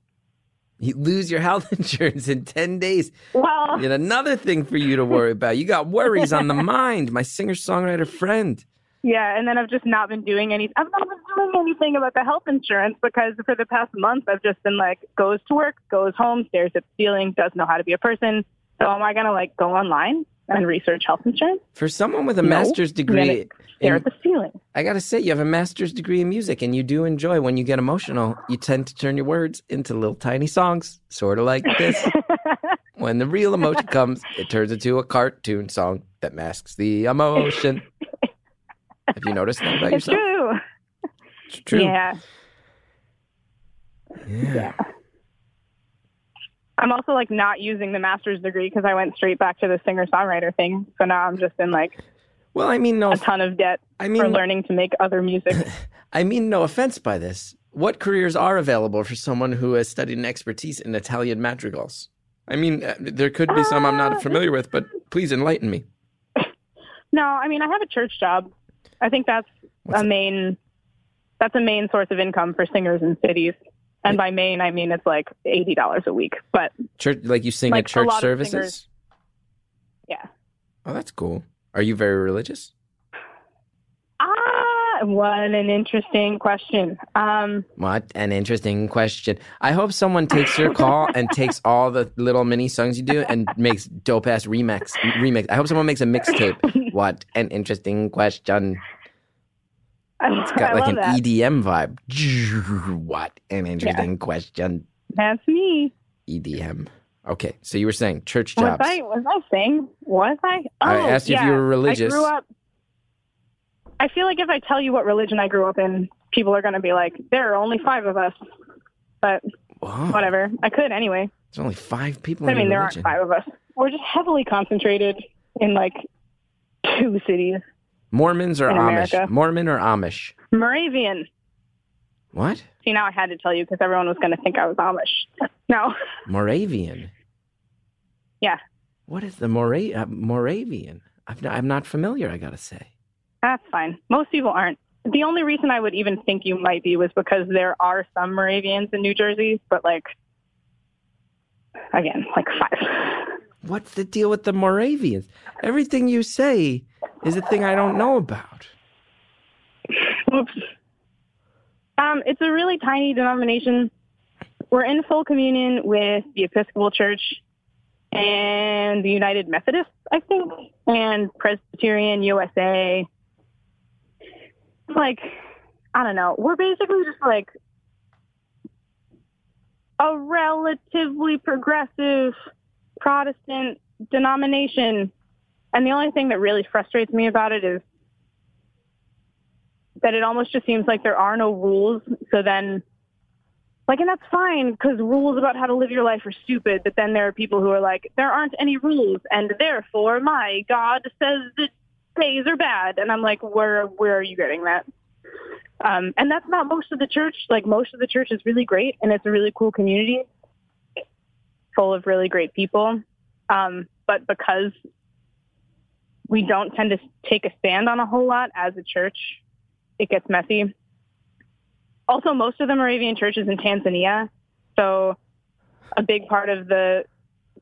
You lose your health insurance in 10 days.
Well,
Yet another thing for you to worry about. You got worries on the mind, my singer songwriter friend.
yeah. And then I've just not been doing any. I've not been doing anything about the health insurance because for the past month I've just been like, goes to work, goes home, stares at the ceiling, doesn't know how to be a person. So am I gonna like go online and research health insurance?
For someone with a
No.
master's
And
degree,
then Stare
in-
at the ceiling.
I gotta say, you have a master's degree in music, and you do enjoy when you get emotional. You tend to turn your words into little tiny songs, sort of like this. when the real emotion comes, it turns into a cartoon song that masks the emotion. have you noticed that about
It's
yourself?
true.
It's true.
Yeah.
yeah.
I'm also like not using the master's degree because I went straight back to the singer songwriter thing. So now I'm just in like
Well, I mean, no,
a ton of debt
Oh. I
for
mean,
learning to make other music.
I mean no offense by this. What careers are available for someone who has studied an expertise in Italian madrigals? I mean, uh, there could be some I'm
Uh,
not familiar with, but please enlighten me.
no, I mean I have a church job. I think that's
What's
a
that?
main that's a main source of income for singers in cities. And by main I mean it's like eighty dollars a week. But
Church, like you sing
Like,
at
a
church
lot of
services.
singers- yeah.
Oh, that's cool. Are you very religious?
Ah That what an interesting question. Um,
What an interesting question. I hope someone takes your call and takes all the little mini songs you do and makes dope ass remix remix. I hope someone makes a mixtape. What an interesting question.
I,
Got
I
like
love
an e
that.
EDM vibe. What an interesting question.
That's me.
EDM. Okay, so you were saying church
Was
jobs.
I was I saying? Was I? Oh,
I asked you if
yeah.
you were religious.
I grew up. I feel like if I tell you what religion I grew up in, people are going to be like, "There are only five of us." But
Wow,
whatever, I could anyway.
There's only five people
I
in
mean, there aren't
religion.
five of us. We're just heavily concentrated in like two cities:
Mormons or
in
Amish?
America.
Mormon or Amish?
Moravian.
What?
See, now I had to tell you because everyone was going to think I was Amish. No,
Moravian.
Yeah.
What is the Mora- uh, Moravian? I've not, I'm not familiar. I gotta say.
that's fine. Most people aren't. The only reason I would even think you might be was because there are some Moravians in New Jersey, but like, again, like five.
What's the deal with the Moravians? Everything you say is a thing I don't know about.
Oops. Um, it's a really tiny denomination. We're in full communion with the Episcopal Church and the United Methodists, I think, and Presbyterian USA. Like, I don't know. We're basically just like a relatively progressive Protestant denomination. And the only thing that really frustrates me about it is that it almost just seems like there are no rules. So then, like, and that's fine because rules about how to live your life are stupid. But then there are people who are like, there aren't any rules, and therefore my God says that days are bad. And I'm like, where where are you getting that? Um, and that's not most of the church. Like, most of the church is really great, and it's a really cool community full of really great people. Um, but because we don't tend to take a stand on a whole lot as a church, it gets messy. Also, most of the Moravian church is in Tanzania. So a big part of the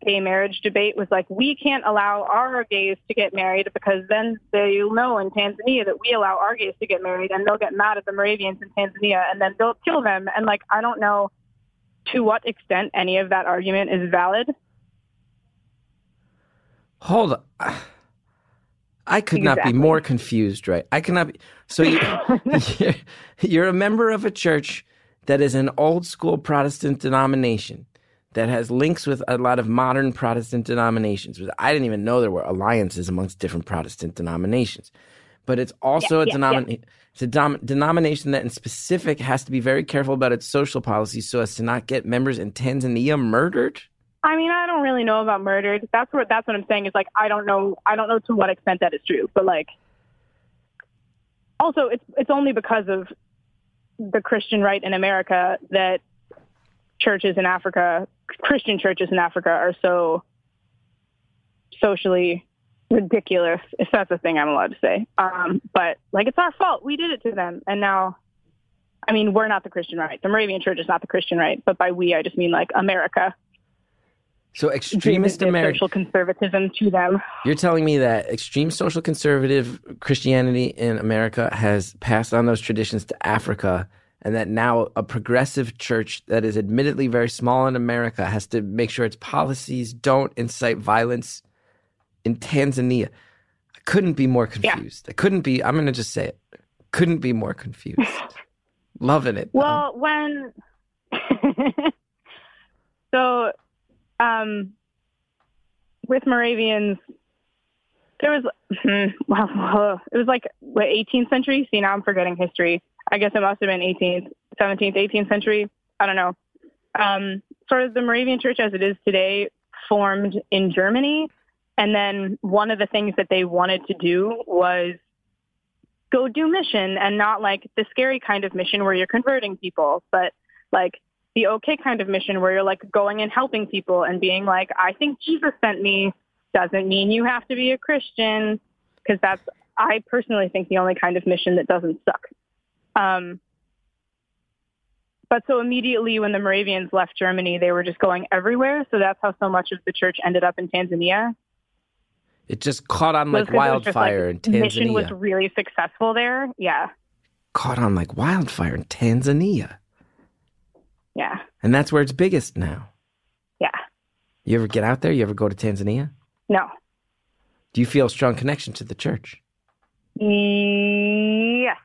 gay marriage debate was like, we can't allow our gays to get married because then they'll know in Tanzania that we allow our gays to get married and they'll get mad at the Moravians in Tanzania and then they'll kill them. And like, I don't know to what extent any of that argument is valid.
Hold on. I could not
Exactly.
be more confused, right? I cannot be. So you, you're, you're a member of a church that is an old school Protestant denomination that has links with a lot of modern Protestant denominations. I didn't even know there were alliances amongst different Protestant denominations. But it's also a,
yeah,
denomin- It's a dom- denomination that, in specific, has to be very careful about its social policies so as to not get members in Tanzania murdered.
I mean, I don't really know about murdered. That's what that's what I'm saying is like I don't know I don't know to what extent that is true, but like also it's it's only because of the Christian right in America that churches in Africa, Christian churches in Africa are so socially ridiculous, if that's a thing I'm allowed to say. Um, but like it's our fault. We did it to them and now I mean, we're not the Christian right. The Moravian Church is not the Christian right, but by we I just mean like America
So extremist
their
America.
social conservatism to them.
You're telling me that extreme social conservative Christianity in America has passed on those traditions to Africa, and that now a progressive church that is admittedly very small in America has to make sure its policies don't incite violence in Tanzania. I couldn't be more confused. I couldn't be, I'm going to just say it. Couldn't be more confused. Loving it. though.
Well, when so um, with Moravians, there was hmm, well, it was like what 18th century. See, now I'm forgetting history. I guess it must have been 18th, 17th, 18th century. I don't know. Um, sort of the Moravian Church as it is today formed in Germany, and then one of the things that they wanted to do was go do mission and not like the scary kind of mission where you're converting people, but like the okay kind of mission where you're like going and helping people and being like, I think Jesus sent me doesn't mean you have to be a Christian because that's, I personally think the only kind of mission that doesn't suck. Um, but so immediately when the Moravians left Germany, they were just going everywhere. So that's how so much of the church ended up in Tanzania
it just caught on like
was 'cause it was just,
wildfire
like,
in
Mission was
Tanzania.
really successful there. Yeah.
caught on like wildfire in Tanzania.
Yeah.
And that's where it's biggest now.
Yeah.
You ever get out there? You ever go to Tanzania?
No.
Do you feel a strong connection to the church?
Yes.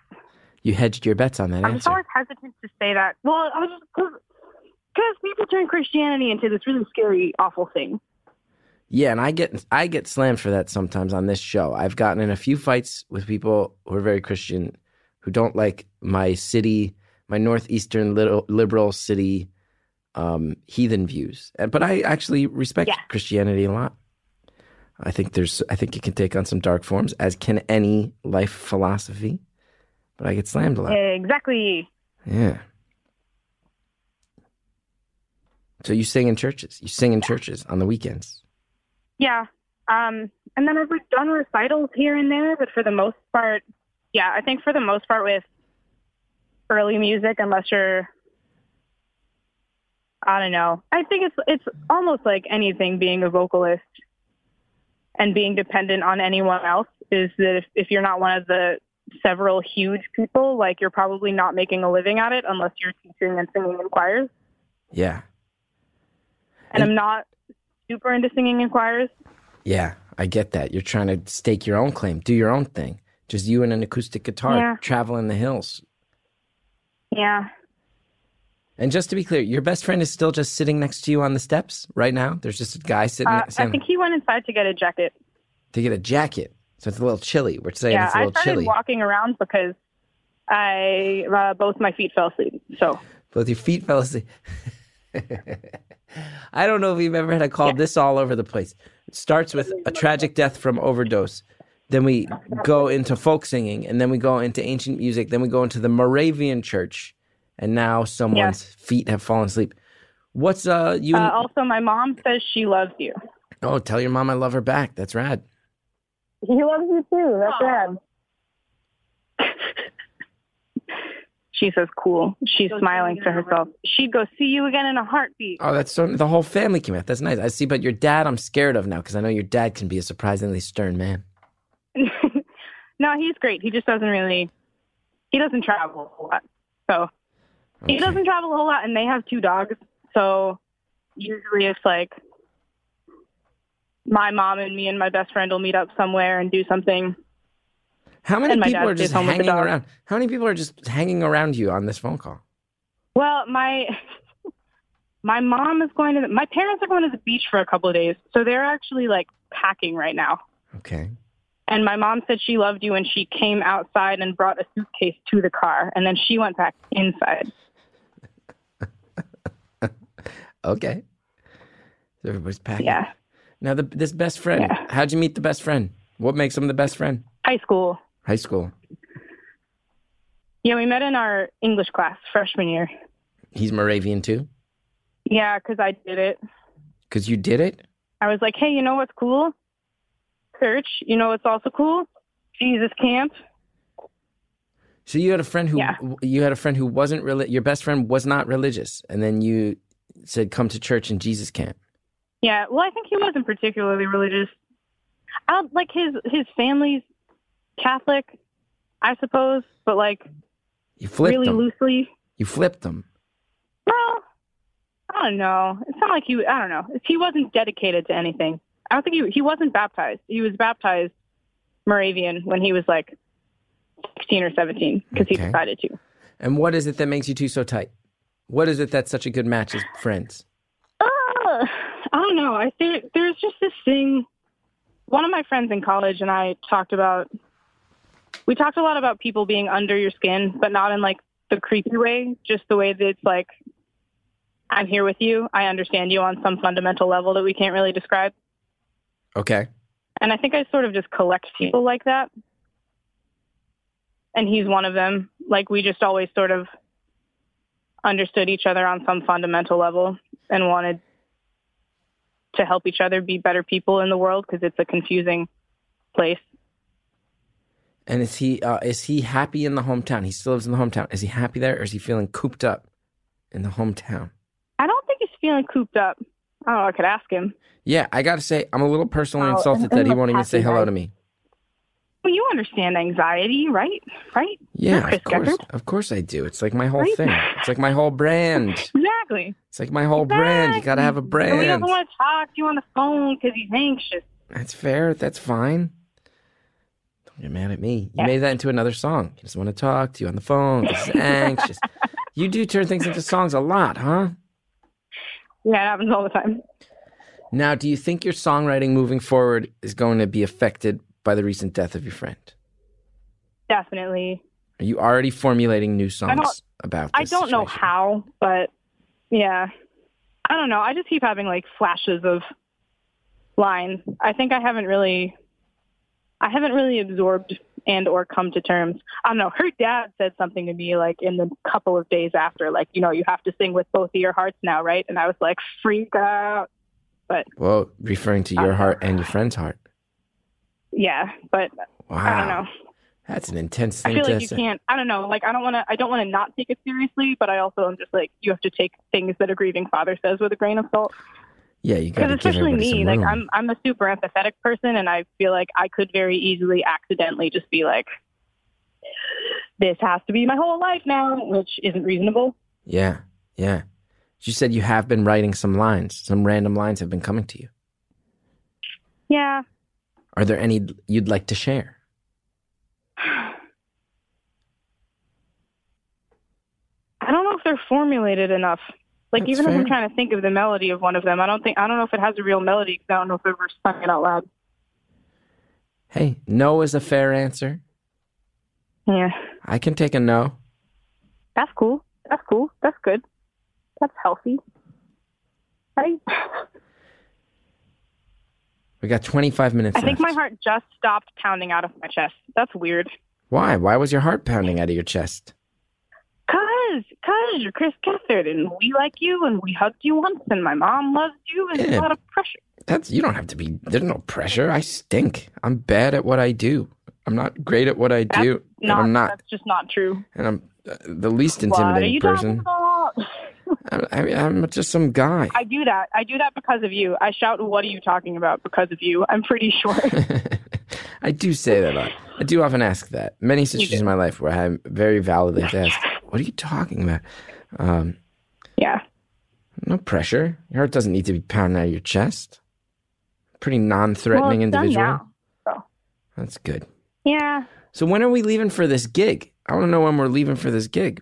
You hedged your bets on that
I'm just
answer.
always hesitant to say that. Well, I was just because people turn Christianity into this really scary, awful thing.
Yeah, and I get I get slammed for that sometimes on this show. I've gotten in a few fights with people who are very Christian who don't like my city, my northeastern little liberal city um, heathen views. And- But I actually respect
Yeah.
Christianity a lot. I think there's I think it can take on some dark forms, as can any life philosophy. But I get slammed a lot.
Exactly.
Yeah. So you sing in churches. You sing in churches on the weekends.
Yeah. Um, and then I've like done recitals here and there, but for the most part, yeah, I think for the most part with early music, unless you're, I don't know, I think it's it's almost like anything being a vocalist and being dependent on anyone else is that if, if you're not one of the several huge people, like you're probably not making a living at it unless you're teaching and singing in choirs.
Yeah.
And I'm not super into singing in choirs.
Yeah, I get that. You're trying to stake your own claim, do your own thing. Just you and an acoustic guitar
Yeah.
traveling the hills.
Yeah.
And just to be clear, your best friend is still just sitting next to you on the steps right now. There's just a guy sitting
Uh,
next to
I
him
think he went inside to get a jacket.
to get a jacket. So it's a little chilly. We're saying
yeah,
it's a
I
little
started
chilly.
walking around because I uh, both my feet fell asleep. So
Both your feet fell asleep. I don't know if we've ever had a call this all over the place. It starts with a tragic death from overdose. Then we go into folk singing, and then we go into ancient music. Then we go into the Moravian church, and now someone's feet have fallen asleep. What's uh you?
uh, also, my mom says she loves you.
oh, tell your mom I love her back. That's rad.
He loves you too. That's bad. she says, "Cool." She's smiling to herself. She'd go see you again in a heartbeat.
Oh, that's so. The whole family came out. That's nice. I see. But your dad, I'm scared of now because I know your dad can be a surprisingly stern man.
no, he's great. He just doesn't really. He doesn't travel a lot, so He
Okay.
doesn't travel a whole lot, and they have two dogs. So usually it's like my mom and me and my best friend will meet up somewhere and do something.
How many
And my
people
dad
are
stays
just
home with the
hanging
dog.
around? How many people are just hanging around you on this phone call?
Well, my my mom is going to the, my parents are going to the beach for a couple of days, so they're actually like packing right now.
Okay.
And my mom said she loved you, and she came outside and brought a suitcase to the car, and then she went back inside.
Okay. So everybody's packing.
Yeah,
Now the this best friend.
Yeah.
How'd you meet the best friend? What makes him the best friend?
high school.
High school.
Yeah, we met in our English class freshman year.
He's Moravian too?
Yeah, 'cause I did it.
Because you did it?
I was like, hey, you know what's cool? Church. You know what's also cool? Jesus camp.
So you had a friend who
Yeah.
you had a friend who wasn't really your best friend was not religious, and then you said come to church in Jesus camp.
Yeah. Well, I think he wasn't particularly religious. I don't, like his his family's Catholic, I suppose, but like
You flipped
really
them.
loosely.
You flipped them.
Well, I don't know. It's not like he. I don't know. He wasn't dedicated to anything. I don't think he he wasn't baptized. He was baptized Moravian when he was like sixteen or seventeen because
Okay.
he decided to.
And what is it that makes you two so tight? What is it that's such a good match as friends?
Uh, I don't know. I there, there's just this thing. One of my friends in college and I talked about. We talked a lot about people being under your skin, but not in like the creepy way. Just the way that it's like, I'm here with you. I understand you on some fundamental level that we can't really describe.
Okay.
And I think I sort of just collect people like that. And he's one of them. Like we just always sort of understood each other on some fundamental level and wanted to help each other be better people in the world because it's a confusing place.
And is he uh, is he happy in the hometown? He still lives in the hometown. Is he happy there, or is he feeling cooped up in the hometown?
I don't think he's feeling cooped up. I don't know. I could ask him.
Yeah, I gotta say, I'm a little personally
Oh,
insulted
and-
that
and
he
the
won't even say
happy
hello
guy.
to me.
Well, you understand anxiety, right? Right?
Yeah,
Chris
of course.
Gethard.
Of course I do. It's like my whole
Right?
thing. It's like my whole brand.
Exactly.
It's like my whole brand. You got to have a
Exactly. And We
brand.
don't want to talk to you on the phone because he's anxious.
That's fair. That's fine. Don't get mad at me. You
Yeah.
made that into another song. You just want to talk to you on the phone. This is anxious. you do turn things into songs a lot, huh?
Yeah, it happens all the time.
Now, do you think your songwriting moving forward is going to be affected by the recent death of your friend?
Definitely.
Are you already formulating new
don't-
songs about
I
this
don't know
situation?
how, but yeah. I don't know. I just keep having like flashes of lines. I think I haven't really I haven't really absorbed and or come to terms. I don't know. Her dad said something to me like in the couple of days after, like, you know, you have to sing with both of your hearts now, right? And I was like, freak out.
Well, referring to your
Uh,
heart and your friend's heart.
Yeah. But
Wow.
I don't know.
That's an intense
I
thing
feel
to
like you
say.
can't. I don't know. Like I don't want to. I don't want to not take it seriously, but I also am just like you have to take things that a grieving father says with a grain of salt.
Yeah, you got
Because
to give
especially
everybody
me,
some
like
room.
I'm I'm a super empathetic person, and I feel like I could very easily accidentally just be like, this has to be my whole life now, which isn't reasonable.
Yeah, yeah. You said you have been writing some lines. Some random lines have been coming to you.
Yeah.
Are there any you'd like to share?
I don't know if they're formulated enough. Like
That's
even if
fair.
I'm trying to think of the melody of one of them, I don't think I don't know if it has a real melody 'cause I don't know if I've ever sung it out loud.
Hey, no is a fair answer.
Yeah.
I can take a no.
That's cool. That's cool. That's good. That's healthy. Right?
We got 25 minutes
I think
left.
my heart just stopped pounding out of my chest. That's weird.
Why? Why was your heart pounding out of your chest?
Cause, cause you're Chris Gethard, and we like you, and we hugged you once, and my mom loves you, and it's
Yeah.
a lot of pressure.
That's you don't have to be. There's no pressure. I stink. I'm bad at what I do. I'm not great at what I
That's
do. and I'm not.
That's just not true.
And I'm uh, the least
What are
intimidating
you
person.
talking about?
I, I mean, I'm just some guy.
I do that. I do that because of you. I shout, "What are you talking about?" Because of you. I'm pretty sure.
I do say that a lot. I do often ask that. Many situations in my life where I'm very validly asked, What are you talking about? Um,
yeah.
no pressure. Your heart doesn't need to be pounding out of your chest. Pretty non threatening
well, it's done
individual.
now.
That's good.
Yeah.
So, when are we leaving for this gig? I want to know when we're leaving for this gig.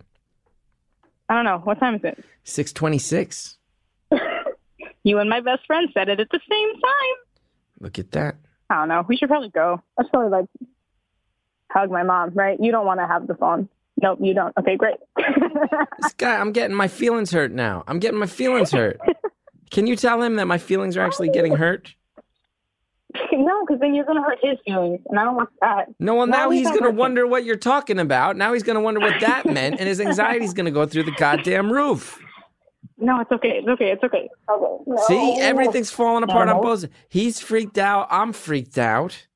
I don't know. What time is it?
626.
You and my best friend said it at the same time.
Look at that.
I don't know. We should probably go. Let's probably like hug my mom, right? You don't want to have the phone. Nope, you don't. Okay, great.
This guy, I'm getting my feelings hurt now. I'm getting my feelings hurt. Can you tell him that my feelings are actually getting hurt?
no, because then you're gonna hurt his feelings, and I don't want that.
No, well, now,
Now he's
he's
not
going to
working.
wonder what you're talking about. Now he's going to wonder what that meant, and his anxiety's going to go through the goddamn roof.
No, it's okay. It's okay. It's okay. Okay. No.
See, everything's falling apart on
Oh, No.
both. He's freaked out. I'm freaked out.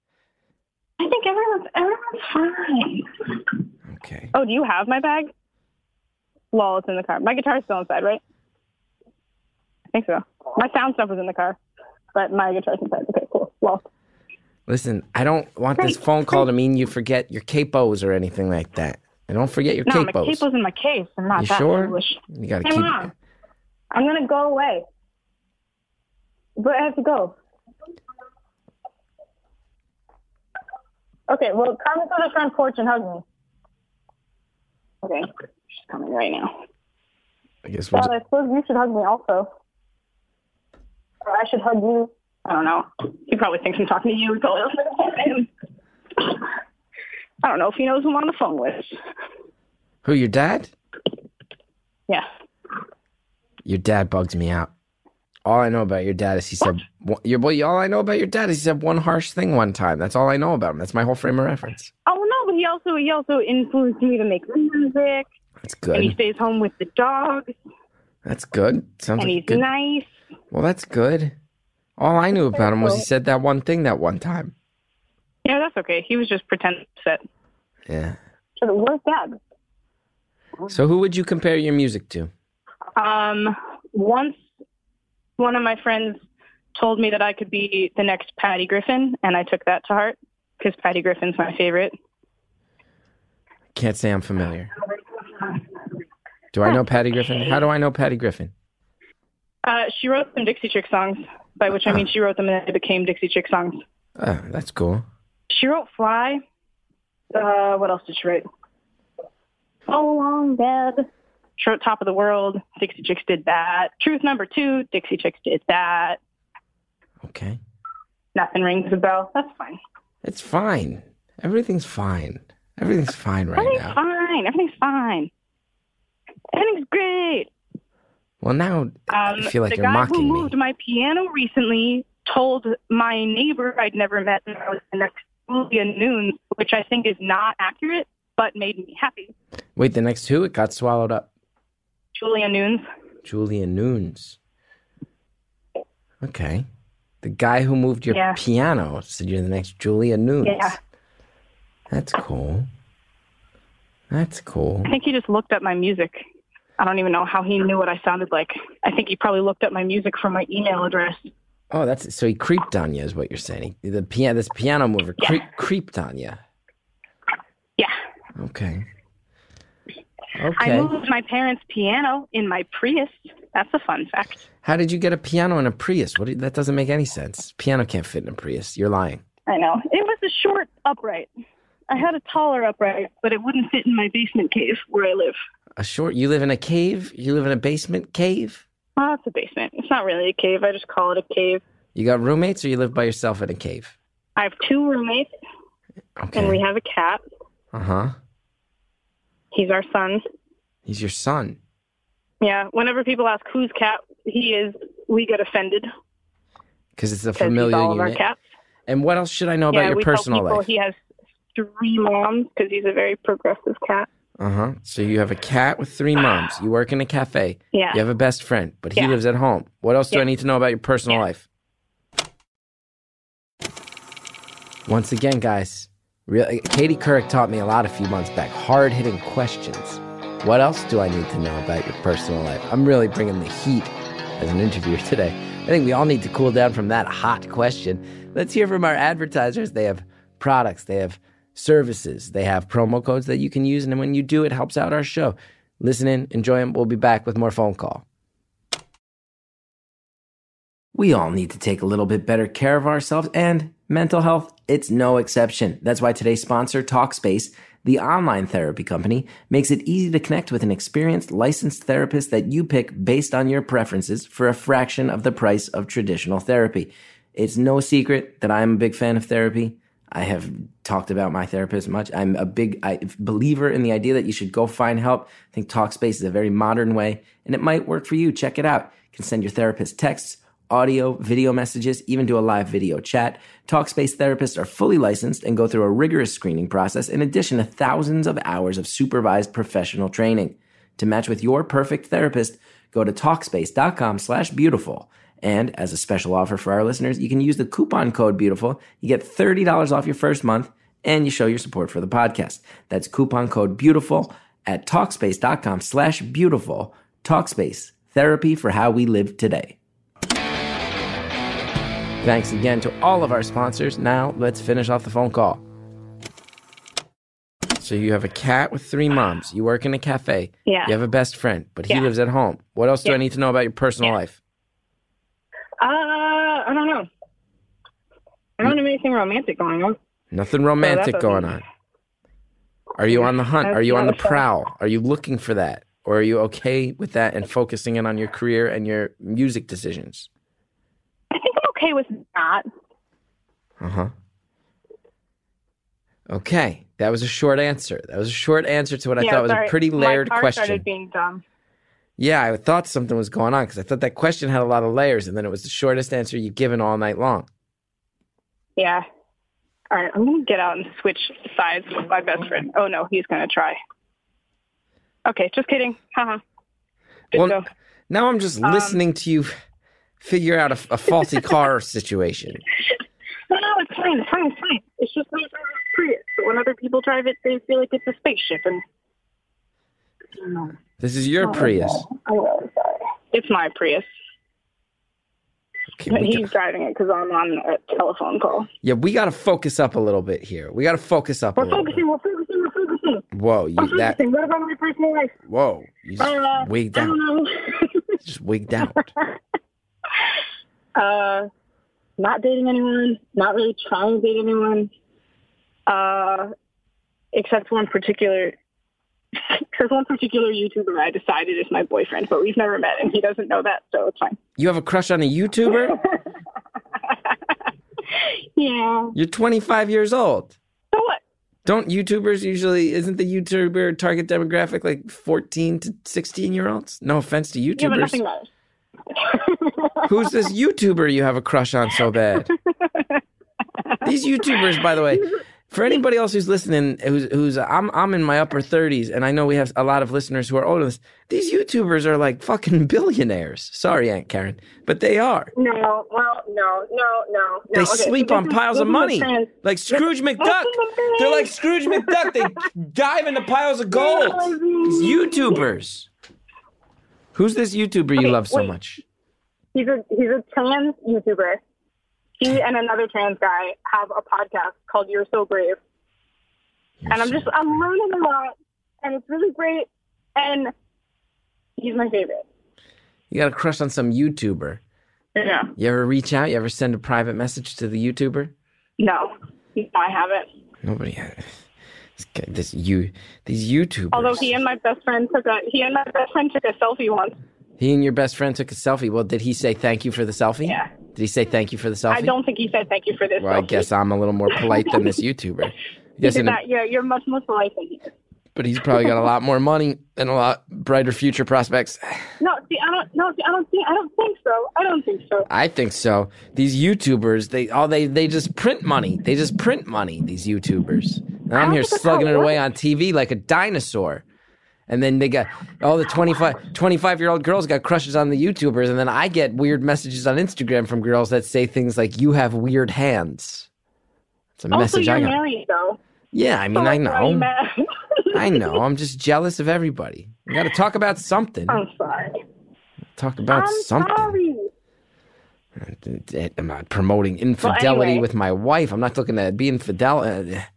I think everyone's everyone's fine.
Okay.
Oh, do you have my bag? Lol, it's in the car. My guitar's still inside, right? I think so. My sound stuff was in the car, but my guitar's inside. Okay, cool. Lol.
Listen, I don't want this phone call to mean you forget your capos or anything like that. And don't forget your
No, my
capos.
capo's in my case. I'm not
You
that
sure?
foolish.
You got to
Hey,
keep.
Mom. I'm gonna go away. But I have to go. Okay, well, come to the front porch and hug me. Okay, she's coming right now.
I guess we'll.
Dad, I suppose you should hug me also. Or I should hug you. I don't know. He probably thinks I'm talking to you. He probably doesn't think I'm talking to him. I don't know if he knows who I'm on the phone with.
Who? Your dad?
Yeah.
Your dad bugs me out. All I know about your dad is he said. One, your boy. All I know about your dad is he said one harsh thing one time. That's all I know about him. That's my whole frame of reference.
Oh well, no, but he also he also influenced me to make music.
That's good.
and he stays home with the dog,
That's good. Sounds like
and
a
he's
good.
nice.
Well, that's good. All I knew about him was he said that one thing that one time.
Yeah, that's okay. He was just pretend upset.
Yeah.
So the worst dad.
So who would you compare your music to?
Um, once one of my friends told me that I could be the next Patty Griffin, and I took that to heart. because Patty Griffin's my favorite.
Can't say I'm familiar. Do I know Patty Griffin? How do I know Patty Griffin?
Uh, she wrote some Dixie Chick songs, by which I mean she wrote them and they became Dixie Chick songs.
Oh, that's cool.
She wrote Fly. Uh, what else did she write? So Long Deb. She wrote Top of the World. Dixie Chicks did that. Truth Number Two. Dixie Chicks did that.
Okay.
Nothing rings a bell. That's fine.
It's fine. Everything's fine. Everything's fine right
Everything's
now.
fine. Everything's fine. Everything's great.
Well, now I
Um,
feel like
the
you're
guy who
mocking me.
moved my piano recently told my neighbor I'd never met and I was the next Julian Noons, which I think is not accurate, but made me happy.
Wait, the next two? It got swallowed up.
Julian Noons.
Julian Nunes. Okay. The guy who moved your
Yeah.
piano said you're the next Julia Nunes.
Yeah.
That's cool. That's cool.
I think he just looked up my music. I don't even know how he knew what I sounded like. I think he probably looked up my music from my email address.
Oh, that's so he creeped on you, is what you're saying. The piano, this piano mover cre- creeped on you.
Yeah.
Okay.
I
Okay.
moved my parents' piano in my Prius. That's a fun fact.
How did you get a piano in a Prius? What? do you- that doesn't make any sense. Piano can't fit in a Prius. You're lying.
I know. It was a short upright. I had a taller upright, but it wouldn't fit in my basement cave where I live.
A short. You live in a cave. You live in a basement cave.
Well, it's a basement. It's not really a cave. I just call it a cave.
You got roommates, or you live by yourself in a cave?
I have two roommates,
Okay.
and we have a cat.
uh huh.
He's our son.
He's your son.
Yeah. Whenever people ask whose cat he is, we get offended
Because it's a
because he's
familiar
all of our
unit.
cats.
And what else should I know about
yeah,
your
we tell
personal
people
life?
he has three moms because he's a very progressive cat.
Uh huh. So you have a cat with three moms. You work in a cafe.
Yeah.
You have a best friend, but he
Yeah.
lives at home. What else do I
Yeah.
need to know about your personal life? Once again, guys, real, Katie Couric taught me a lot a few months back. Hard hitting questions. What else do I need to know about your personal life? I'm really bringing the heat as an interviewer today. I think we all need to cool down from that hot question. Let's hear from our advertisers. They have products, they have services, they have promo codes that you can use. And when you do, it helps out our show. Listen in, enjoy them. We'll be back with more phone call. We all need to take a little bit better care of ourselves and mental health. It's no exception. That's why today's sponsor, Talkspace, the online therapy company, makes it easy to connect with an experienced, licensed therapist that you pick based on your preferences for a fraction of the price of traditional therapy. It's no secret that I'm a big fan of therapy. I have talked about my therapist much. I'm a big I, believer in the idea that you should go find help. I think Talkspace is a very modern way, and it might work for you. Check it out. You can send your therapist texts, audio, video messages, even do a live video chat. Talkspace therapists are fully licensed and go through a rigorous screening process in addition to thousands of hours of supervised professional training. To match with your perfect therapist, go to Talkspace.com slash beautiful. And as a special offer for our listeners, you can use the coupon code beautiful. You get $30 off your first month and you show your support for the podcast. That's coupon code beautiful at Talkspace.com slash beautiful. Talkspace, therapy for how we live today. Thanks again to all of our sponsors. Now let's finish off the phone call. So you have a cat with three moms. You work in a cafe.
Yeah.
You have a best friend, but he
Yeah.
lives at home. What else do I
Yeah.
need to know about your personal
Yeah.
life?
Uh, I don't know. I
Hmm.
don't have anything romantic going on.
Nothing romantic
that's
going
okay.
on. Are you on the hunt?
That's
Are you on the
not a fact.
prowl? Are you looking for that? Or are you okay with that and focusing in on your career and your music decisions?
I think I'm okay with not.
Uh huh. Okay, that was a short answer. That was a short answer to what I
yeah,
thought was
sorry.
a pretty layered
my car
question.
started being dumb.
Yeah, I thought something was going on because I thought that question had a lot of layers, and then it was the shortest answer you've given all night long.
Yeah. All right, I'm gonna get out and switch sides with my best friend. Oh no, he's gonna try. Okay, just kidding. Haha. Good
Well,
go.
Now I'm just
Um,
listening to you figure out a, a faulty car situation.
No, no, it's fine. It's fine. It's fine. It's just me driving a Prius. But when other people drive it, they feel like it's a spaceship. And Oh,
This is your Prius.
I'm really sorry. It's my Prius.
Okay,
But
we
he's
got,
driving it because I'm on a telephone call.
yeah, we got to focus up a little bit here. We got to focus up a
We're
little bit.
focusing. We're focusing. We're focusing.
Whoa, you,
I'm
that
focusing. What about my personal life?
whoa, you just
Uh,
wigged
I
out.
don't
Just wigged out.
know. uh, not dating anyone. Not really trying to date anyone. Uh, except one particular. There's one particular YouTuber I decided is my boyfriend, but we've never met, and he doesn't know that, so it's fine.
You have a crush on a YouTuber?
Yeah.
You're 25 years old.
So what?
Don't YouTubers usually isn't the YouTuber target demographic like 14 to 16 year olds? No offense to
Yeah, but
YouTubers.
nothing matters.
Who's this YouTuber you have a crush on so bad? These YouTubers, by the way, for anybody else who's listening, who's who's I'm I'm in my upper 30s, and I know we have a lot of listeners who are older. than this. These YouTubers are like fucking billionaires. Sorry, Aunt Karen, but they are.
No, well, no, no, no. no.
They
Okay, so
sleep
this
on
is-
piles
this
of
is a
money,
trans-
like Scrooge McDuck.
amazing.
They're like Scrooge McDuck. They dive into piles of gold. These YouTubers. Who's this YouTuber you
Okay,
love so
wait.
much?
He's a he's a trans YouTuber. He and another trans guy have a podcast called You're So Brave, and I'm just I'm learning a lot, and it's really great. And he's my favorite.
You got a crush on some YouTuber.
Yeah.
You ever reach out? You ever send a private message to the YouTuber?
No, no, I haven't.
Nobody had this, guy- this you these YouTubers.
Although he and my best friend took a he and my best friend took a selfie once.
He and your best friend took a selfie. Well, did he say thank you for the selfie?
Yeah.
Did he say thank you for the selfie?
I don't think he said thank you for this.
Well, I
selfie.
guess I'm a little more polite than this YouTuber.
He
Yes,
did
and-
not- yeah, you're much more polite than he is.
but he's probably got a lot more money and a lot brighter future prospects.
No, see, I don't. No, see, I don't think. I don't think so. I don't think so.
I think so. These YouTubers, they all they they just print money. They just print money. These YouTubers, and I'm
don't
here
think that's
slugging
how
it
it
away on TV like a dinosaur. And then they got all the 25, 25 year old girls got crushes on the YouTubers, and then I get weird messages on Instagram from girls that say things like "You have weird hands." It's a
Also,
message
Oh,
I
you're
got.
married though.
Yeah, I mean,
So,
I
like, why are you
know,
mad?
I know. I'm just jealous of everybody. We got to talk about something.
I'm sorry.
Talk about
I'm
something.
sorry.
I'm not promoting infidelity
anyway.
with my wife. I'm not looking to be infidel. uh,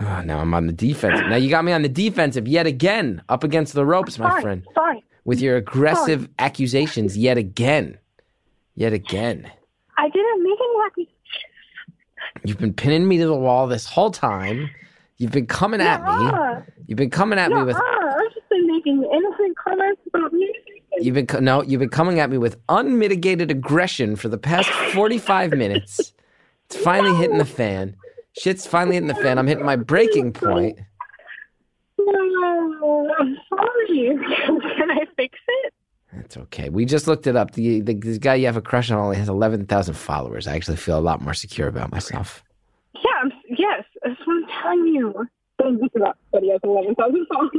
Oh, now I'm on the defensive. Now you got me on the defensive yet again, up against the ropes, my
sorry.
friend,
Sorry.
with your aggressive accusations yet again. Yet again.
I didn't make any happy.
You've been pinning me to the wall this whole time. You've been coming at me.
Uh,
You've been coming at me with
I've just been making innocent comments about music.
You've been co- no, you've been coming at me with unmitigated aggression for the past 45 minutes. It's finally hitting the fan. Shit's finally hitting the fan. I'm hitting my breaking point.
No, I'm sorry. Can I fix it?
That's okay. We just looked it up. The, the this guy you have a crush on only has 11,000 followers. I actually feel a lot more secure about myself.
Yeah. I'm, yes. That's what I'm telling you. Don't look it up, but he has 11,000 followers.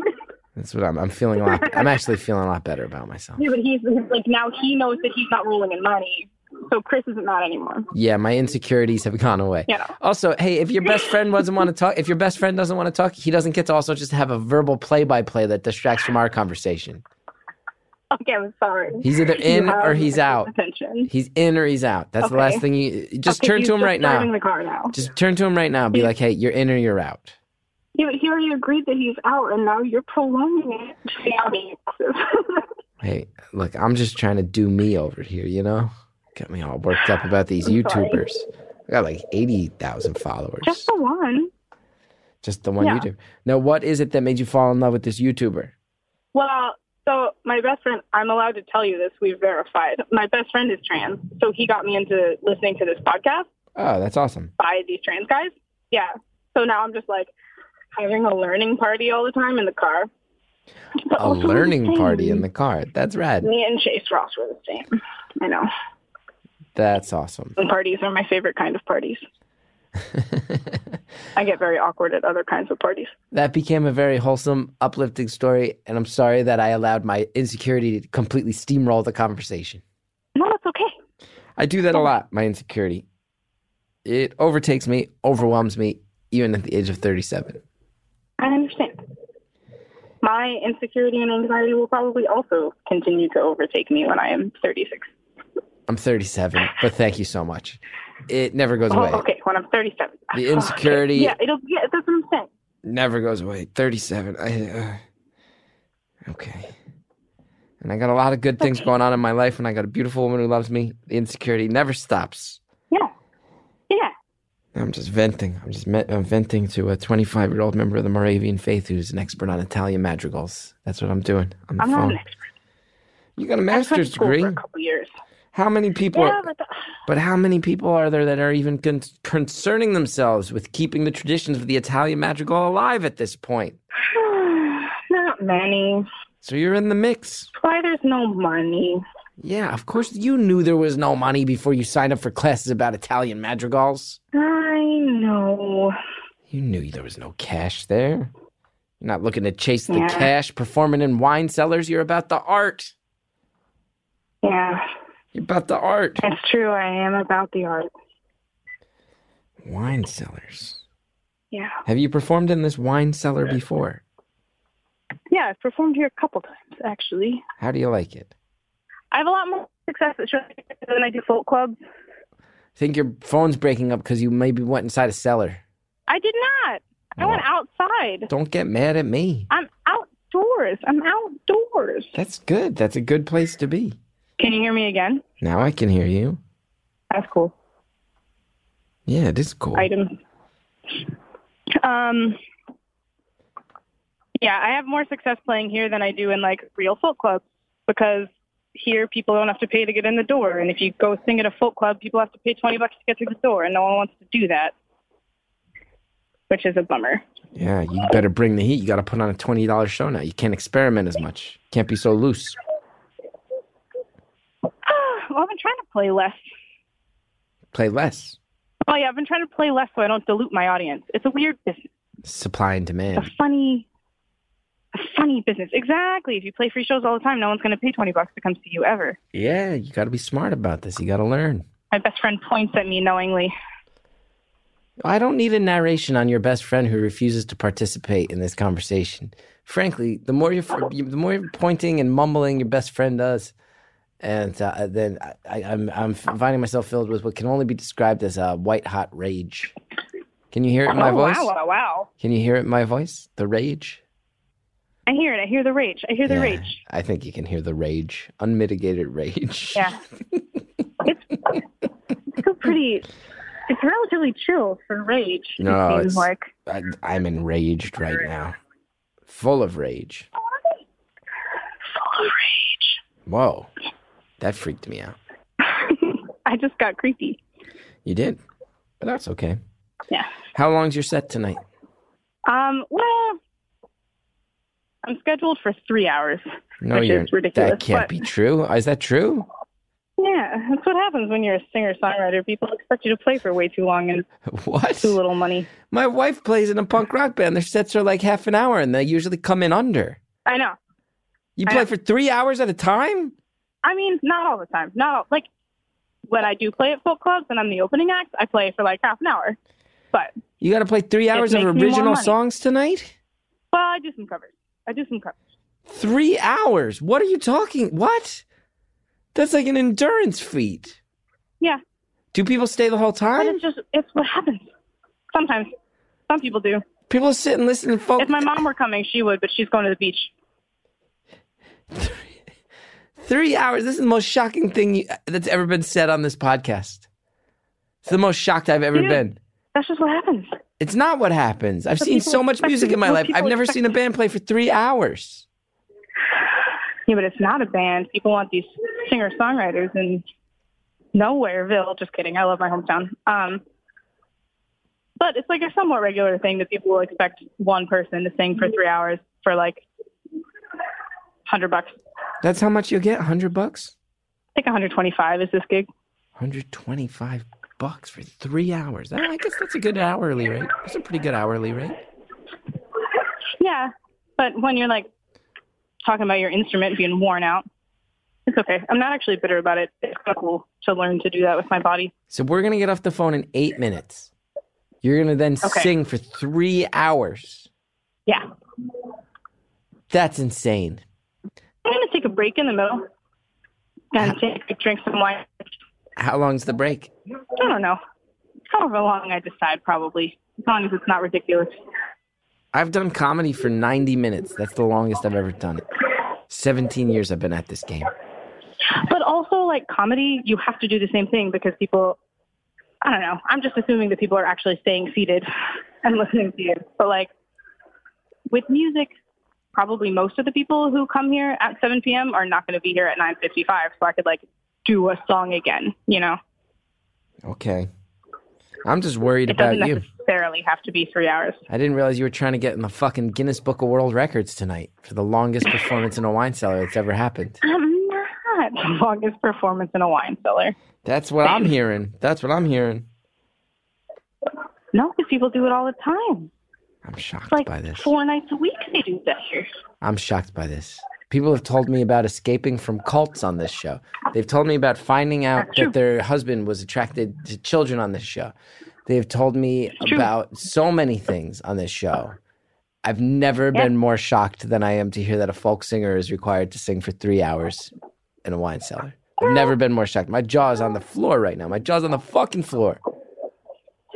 That's what I'm. I'm feeling a lot. I'm actually feeling a lot better about myself.
Yeah, but he's like now he knows that he's not rolling in money, so Chris isn't mad anymore.
Yeah, my insecurities have gone away.
Yeah.
Also, hey, if your best friend doesn't want to talk, if your best friend doesn't want to talk, he doesn't get to also just have a verbal play-by-play that distracts from our conversation.
Okay, I'm sorry.
He's either in
You have
or he's out.
Attention.
He's in or he's out. That's the
Okay.
last thing you just
Okay,
turn
he's
to him
just
right
driving
now.
The car now.
Just turn to him right now. Be like, hey, you're in or you're out.
He, he already agreed that he's out, and now you're prolonging it. Yeah, being excessive.
Hey, look, I'm just trying to do me over here, you know? Got me all worked up about these
I'm sorry.
YouTubers. I got like 80,000 followers.
Just the one.
Just the one
Yeah.
YouTuber. Now, what is it that made you fall in love with this YouTuber?
Well, so my best friend, I'm allowed to tell you this. We've verified. My best friend is trans, so he got me into listening to this podcast
Oh, that's awesome.
by these trans guys. Yeah. So now I'm just like having a learning party all the time in the car. But
A
also we're the
learning
same.
party in the car. That's rad.
Me and Chase Ross were the same. I know.
That's awesome.
And parties are my favorite kind of parties. I get very awkward at other kinds of parties.
That became a very wholesome, uplifting story, and I'm sorry that I allowed my insecurity to completely steamroll the conversation.
No, it's okay.
I do that a lot, my insecurity. It overtakes me, overwhelms me, even at the age of 37.
I understand. My insecurity and anxiety will probably also continue to overtake me when I am 36.
I'm 37, but thank you so much. It never goes away.
Oh, okay, when I'm 37.
The insecurity-
Yeah, it'll. Yeah, that's what I'm saying.
Never goes away. 37. I uh, okay. And I got a lot of good things going on in my life, and I got a beautiful woman who loves me. The insecurity never stops.
Yeah, yeah.
I'm just venting. I'm just me- I'm venting to a 25 year old member of the Moravian faith who's an expert on Italian madrigals. That's what I'm doing on the
I'm not
phone.
an expert.
You got a
I went to
master's
school
degree.
for a couple years.
How many people?
Yeah,
are-
but the,
But how many people are there that are even con- concerning themselves with keeping the traditions of the Italian madrigal alive at this point?
not many.
So you're in the mix.
That's Why there's no money?
Yeah, of course you knew there was no money before you signed up for classes about Italian madrigals.
I know.
You knew there was no cash there. You're not looking to chase the
Yeah.
cash performing in wine cellars. You're about the art.
Yeah,
You're about the art.
it's true. I am about the art.
Wine cellars.
Yeah,
Have you performed in this wine cellar before?
yeah. I've performed here a couple times actually.
How do you like it?
I have a lot more success at shows than I do folk clubs.
Think your phone's breaking up because you maybe went inside a cellar.
I did not. I went outside.
Don't get mad at me.
I'm outdoors. I'm outdoors.
That's good. That's a good place to be.
Can you hear me again?
Now I can hear you.
That's cool.
Yeah, it is cool.
Item. Um. Yeah, I have more success playing here than I do in like real folk clubs because here people don't have to pay to get in the door, and if you go sing at a folk club, people have to pay twenty bucks to get through the door, and no one wants to do that, which is a bummer.
Yeah, you better bring the heat. You got to put on a twenty dollars show now. You can't experiment as much. Can't be so loose.
well, I've been trying to play less.
Play less.
Oh yeah, I've been trying to play less so I don't dilute my audience. It's a weird business.
Supply and
a
demand.
funny a funny business. Exactly. If you play free shows all the time, no one's going to pay 20 bucks to come see you ever.
Yeah, you got to be smart about this. You got to learn.
My best friend points at me knowingly.
I don't need a narration on your best friend who refuses to participate in this conversation. Frankly, the more you're the more you're pointing and mumbling your best friend does, and uh, then I, I, I'm I'm finding myself filled with what can only be described as a white hot rage. Can you hear it in my
oh,
voice?
wow, wow, wow.
Can you hear it in my voice? The rage.
I hear it. I hear the rage. I hear the
Yeah,
rage.
I think you can hear the rage, unmitigated rage.
Yeah. it's, it's still pretty, it's relatively chill for rage.
No,
it
it's-
seems like.
I, I'm enraged right now, full of rage.
Full of
Whoa, that freaked me out.
rage. I just got creepy.
You did, but that's okay.
Yeah.
How long's your set tonight?
Um, well, I'm scheduled for three hours.
No,
Which is
you're
ridiculous,
That can't
but-
be true. Uh, Is that true?
Yeah, that's what happens when you're a singer songwriter. People expect you to play for way too long and
What?
too little money.
My wife plays in a punk rock band. Their sets are like half an hour, and they usually come in under.
I know.
You
I
play
know.
for three hours at a time?
I mean, not all the time. Not all, like when I do play at folk clubs and I'm the opening act, I play for like half an hour. But
You got to play three hours of
makes me more
original
money.
songs tonight?
well, I do some covers. I do some covers.
Three hours? What are you talking? What? That's like an endurance feat.
Yeah,
Do people stay the whole
but
time?
it's just it's what happens. Sometimes, some people do.
People sit and listen to folk.
If my mom were coming, she would, but she's going to the beach.
Three hours. This is the most shocking thing you, that's ever been said on this podcast. It's the most shocked I've ever
Yeah.
been.
That's just what happens.
It's not what happens. I've
But
seen
people
so much
expect
music
it.
in my
Most
life. I've
people
never
expect
seen a band play for three hours.
Yeah, but it's not a band. People want these singer songwriters in Nowhereville. Just kidding. I love my hometown. Um, but it's like a somewhat regular thing that people will expect one person to sing for three hours for like hundred bucks.
That's how much you'll get? 100 bucks?
I think 125 is this gig.
125 bucks for three hours. Ah, I guess that's a good hourly rate. That's a pretty good hourly rate.
Yeah, but when you're like talking about your instrument being worn out, it's okay. I'm not actually bitter about it. It's kind of cool to learn to do that with my body.
So we're going to get off the phone in eight minutes. You're going to then
Okay.
sing for three hours.
Yeah,
That's insane.
I'm gonna take a break in the middle and take, drink some wine.
How long's the break?
I don't know. However long I decide, probably. As long as it's not ridiculous.
I've done comedy for 90 minutes. That's the longest I've ever done it. 17 years I've been at this game.
But also, like comedy, you have to do the same thing because people, I don't know, I'm just assuming that people are actually staying seated and listening to you. But like with music, probably most of the people who come here at 7 p.m. are not going to be here at 9.55. So I could like do a song again, you know?
Okay. I'm just worried
It
about
doesn't
you.
necessarily have to be three hours.
I didn't realize you were trying to get in the fucking Guinness Book of World Records tonight for the longest performance in a wine cellar that's ever happened.
I'm not the longest performance in a wine cellar.
That's what I'm hearing. That's what I'm hearing.
No, because people do it all the time.
I'm shocked
Like
by this.
four nights a week they do that here.
I'm shocked by this. People have told me about escaping from cults on this show. They've told me about finding out
That's true.
that their husband was attracted to children on this show. They've told me
true.
about so many things on this show. I've never
Yeah.
been more shocked than I am to hear that a folk singer is required to sing for three hours in a wine cellar. I've never been more shocked. My jaw is on the floor right now. My jaw's on the fucking floor.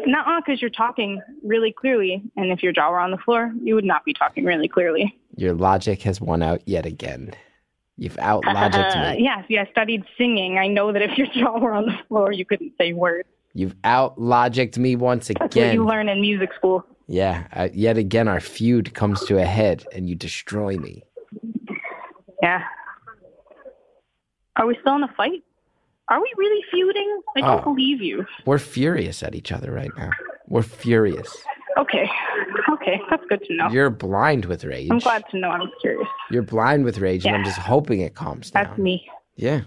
Nuh-uh, because you're talking really clearly, and if your jaw were on the floor, you would not be talking really clearly.
Your logic has won out yet again. You've out
Uh,
logicked me.
yeah, see, I studied singing. I know that if your jaw were on the floor, you couldn't say words.
You've out logicked me once
That's
again.
what you learn in music school.
Yeah, uh, yet again, our feud comes to a head and you destroy me.
Yeah. Are we still in a fight? Are we really feuding? I don't
Oh.
believe you.
We're furious at each other right now. We're furious.
Okay. Okay, that's good to know.
You're blind with rage.
I'm glad to know. I'm curious.
You're blind with rage, and I'm
Yeah.
just hoping it calms down.
That's me.
Yeah.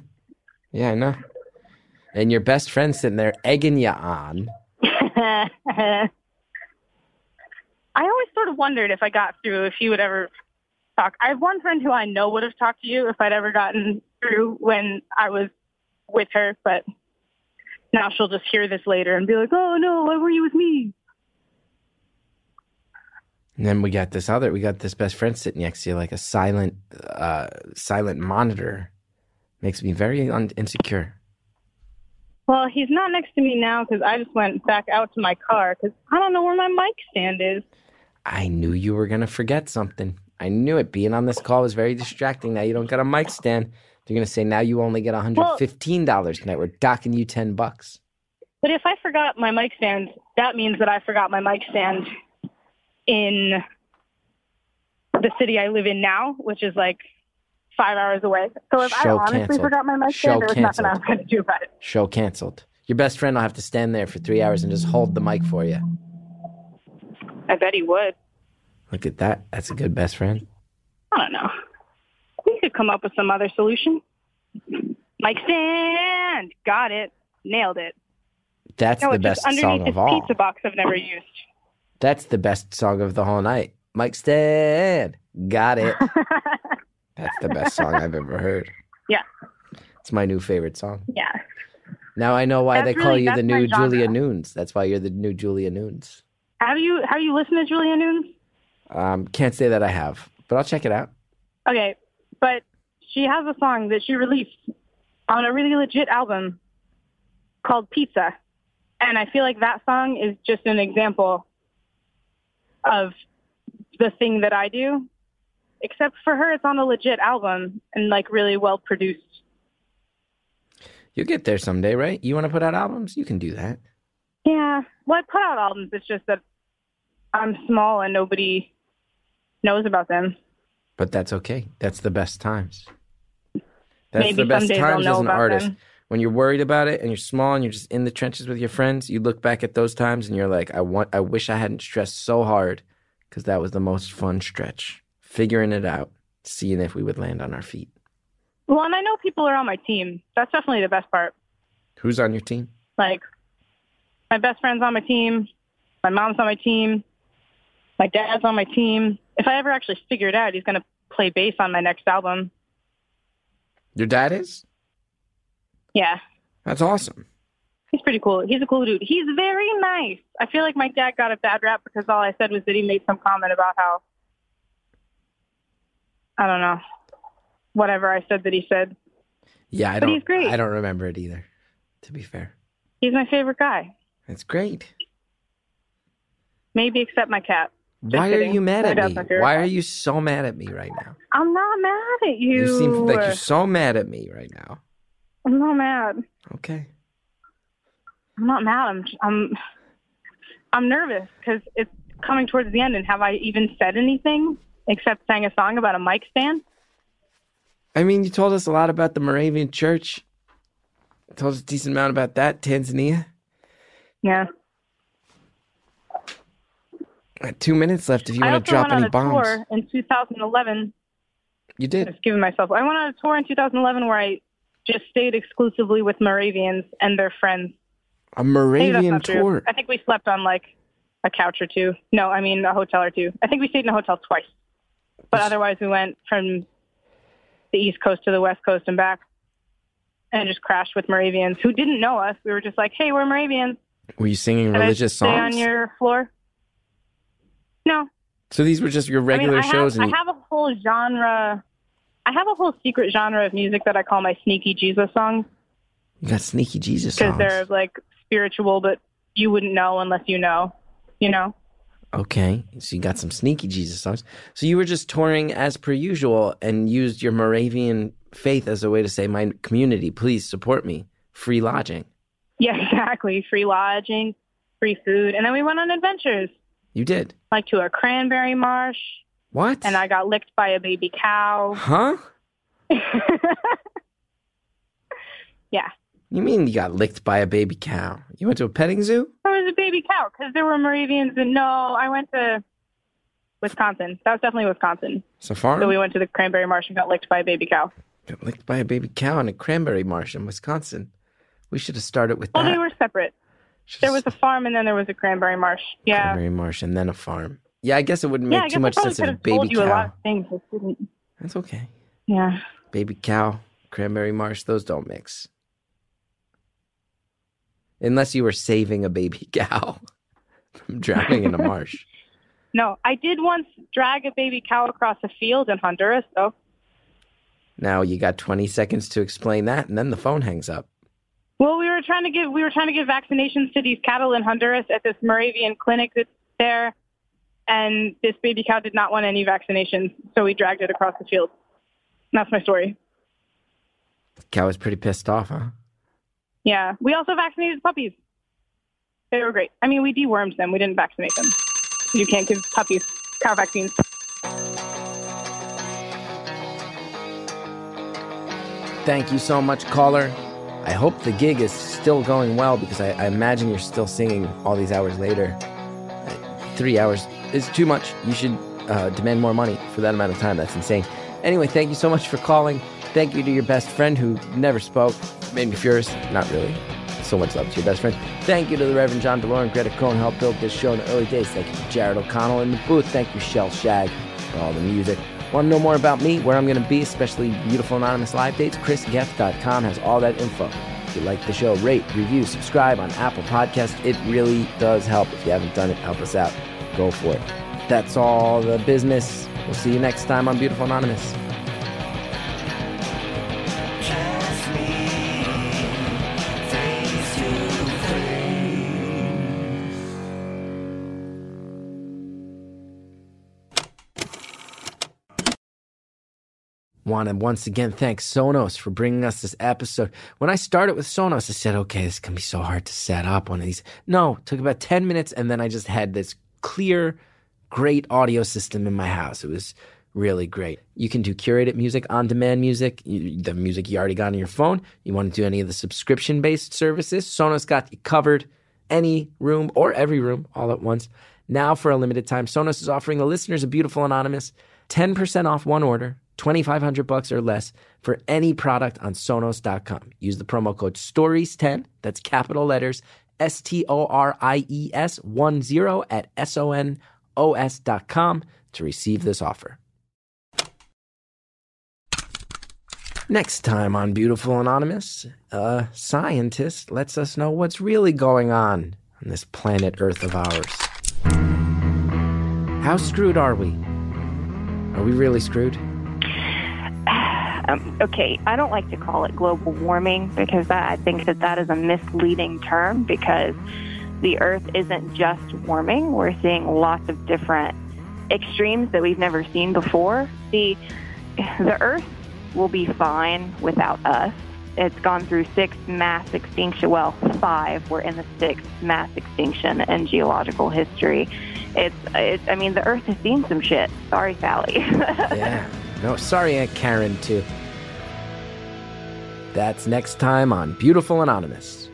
Yeah, I know. And your best friend's sitting there egging you on.
I always sort of wondered if I got through, if you would ever talk. I have one friend who I know would have talked to you if I'd ever gotten through when I was with her, but now she'll just hear this later and be like, oh no, why were you with me?
And then we got this other, we got this best friend sitting next to you like a silent, uh, silent monitor. Makes me very un- insecure.
Well, he's not next to me now because I just went back out to my car because I don't know where my mic stand is.
I knew you were going to forget something. I knew it. Being on this call was very distracting. Now you don't got a mic stand. They're going to say now you only get $115 tonight. We're docking you 10 bucks.
But if I forgot my mic stand, that means that I forgot my mic stand in the city I live in now, which is like five hours away. So if I
Show
honestly
canceled.
forgot my mic
Show
stand, there was nothing I was
canceled.
going to do about it.
Show canceled. Your best friend will have to stand there for three hours and just hold the mic for you.
I bet he would.
Look at that. That's a good best friend.
I don't know. We could come up with some other solution. Mic stand, got it, nailed it.
That's
No,
the
it's
best
just underneath
song
this
of all.
pizza box I've never used.
That's the best song of the whole night. Mike Stead. Got it. That's the best song I've ever heard.
Yeah.
It's my new favorite song.
Yeah.
Now I know why
That's
they call
really-
you the
that's
new
my genre.
Julia Nunes. That's why you're the new Julia Nunes.
Have you have you listened to Julia Nunes?
Um, can't say that I have, but I'll check it out.
Okay, but she has a song that she released on a really legit album called Pizza. And I feel like that song is just an example of the thing that I do. Except for her, it's on a legit album and like really well produced.
You'll get there someday, right? You want to put out albums? You can do that.
Yeah. Well, I put out albums. It's just that I'm small and nobody knows about them.
But that's okay. That's the best times. That's
Maybe
the best
someday they'll
times
know
as an
about
artist.
them.
When you're worried about it and you're small and you're just in the trenches with your friends, you look back at those times and you're like, I want I wish I hadn't stressed so hard because that was the most fun stretch. Figuring it out, seeing if we would land on our feet.
Well, and I know people are on my team. That's definitely the best part.
Who's on your team?
Like, my best friend's on my team. My mom's on my team. My dad's on my team. If I ever actually figure it out, he's going to play bass on my next album.
Your dad is?
Yeah,
That's awesome.
he's pretty cool. He's a cool dude. He's very nice. I feel like my dad got a bad rap because all I said was that he made some comment about how, I don't know, whatever I said that he said.
Yeah, I
But
don't.
he's great.
I don't remember it either. to be fair.
He's my favorite guy.
That's great.
Maybe except my cat.
Why are
kidding.
you mad
My
at
dad's
me?
my favorite
Why are
guy.
you so mad at me right now?
I'm not mad at you.
You seem like you're so mad at me right now.
I'm not mad.
Okay.
I'm not mad. I'm I'm I'm nervous because it's coming towards the end, and have I even said anything except sang a song about a mic stand?
I mean, you told us a lot about the Moravian Church. You told us a decent amount about that, Tanzania.
Yeah.
Got two minutes left if you
I
want
also
to drop
went on
any
a
bombs.
tour in 2011.
You
I've
did.
given myself. I went on a tour in 2011 where I just stayed exclusively with Moravians and their friends.
A
Maybe that's
Moravian
not true.
tour.
I think we slept on like a couch or two. No, I mean a hotel or two. I think we stayed in a hotel twice. But otherwise, we went from the East Coast to the West Coast and back and just crashed with Moravians who didn't know us. We were just like, hey, we're Moravians.
Were you singing
Can I
religious
stay
songs?
on your floor? No.
So these were just your regular
I mean, I
shows,
have,
and you,
I have a whole genre. I have a whole secret genre of music that I call my sneaky Jesus songs.
you got sneaky Jesus
because
songs.
they're like spiritual, but you wouldn't know unless you know, you know.
Okay, so you got some sneaky Jesus songs. So you were just touring as per usual, and used your Moravian faith as a way to say, "My community, please support me. Free lodging."
Yeah, exactly. Free lodging, free food, and then we went on adventures,
You did
like to a cranberry marsh,
what?
and I got licked by a baby cow.
huh?
yeah,
You mean you got licked by a baby cow? You went to a petting zoo?
there was a baby cow because there were Moravians, and no, I went to Wisconsin. That was definitely Wisconsin.
Safari?
So we went to the cranberry marsh and got licked by a baby cow.
got licked by a baby cow in a cranberry marsh in Wisconsin. We should have started with
Well,
that.
they were separate.
Should've
There was a farm, and then there was a cranberry marsh. Yeah.
Cranberry marsh and then a farm. Yeah, I guess it wouldn't make
yeah, I guess
too much
I probably
sense if
could
a
have told
baby
you a
cow.
lot of things. I didn't.
That's okay.
Yeah.
Baby cow, cranberry marsh, those don't mix. Unless you were saving a baby cow from drowning in a marsh.
No, I did once drag a baby cow across a field in Honduras, though.
Now you got 20 seconds to explain that, and then the phone hangs up.
Well, we were trying to give we were trying to give vaccinations to these cattle in Honduras at this Moravian clinic that's there, and this baby cow did not want any vaccinations, so we dragged it across the field. And that's my story.
Cow was pretty pissed off, huh?
Yeah, we also vaccinated puppies. They were great. I mean, we dewormed them. We didn't vaccinate them. You can't give puppies cow vaccines.
Thank you so much, caller. I hope the gig is still going well because I, I imagine you're still singing all these hours later. Uh, Three hours is too much. You should uh, demand more money for that amount of time. That's insane. Anyway, thank you so much for calling. Thank you to your best friend who never spoke. Made me furious. Not really. So much love to your best friend. Thank you to the Reverend John DeLore and Greta Cohn who helped build this show in the early days. Thank you to Jared O'Connell in the booth. Thank you, Shell Shag, for all the music. Want to know more about me, where I'm going to be, especially beautiful anonymous live dates? ChrisGeth.com has all that info. If you like the show, rate, review, subscribe on Apple Podcasts. It really does help. If you haven't done it, help us out. Go for it. That's all the business. We'll see you next time on Beautiful Anonymous.
Kiss me, face to face.
Want to once again thank Sonos for bringing us this episode. When I started with Sonos, I said, okay, this can be so hard to set up one of these. No, it took about 10 minutes, and then I just had this clear, great audio system in my house. It was really great. You can do curated music, on demand music, you- the music you already got on your phone. You want to do any of the subscription based services, Sonos got you covered. Any room or every room all at once. Now, for a limited time, Sonos is offering the listeners a beautiful anonymous 10% off one order, 2500 bucks or less for any product on sonos.com. Use the promo code STORIES10, that's capital letters S T O R I E S 10 at S O N O S.com to receive this offer. Next time on Beautiful Anonymous, a scientist lets us know what's really going on on this planet Earth of ours. How screwed are we? Are we really screwed?
um, okay, I don't like to call it global warming because that, I think that that is a misleading term because the Earth isn't just warming. We're seeing lots of different extremes that we've never seen before. The the Earth will be fine without us. It's gone through six mass extinction. Well, five. We're in the sixth mass extinction in geological history. It's, it's. I mean, the Earth has seen some shit. Sorry, Sally.
yeah. No, sorry, Aunt Karen, too. That's next time on Beautiful Anonymous.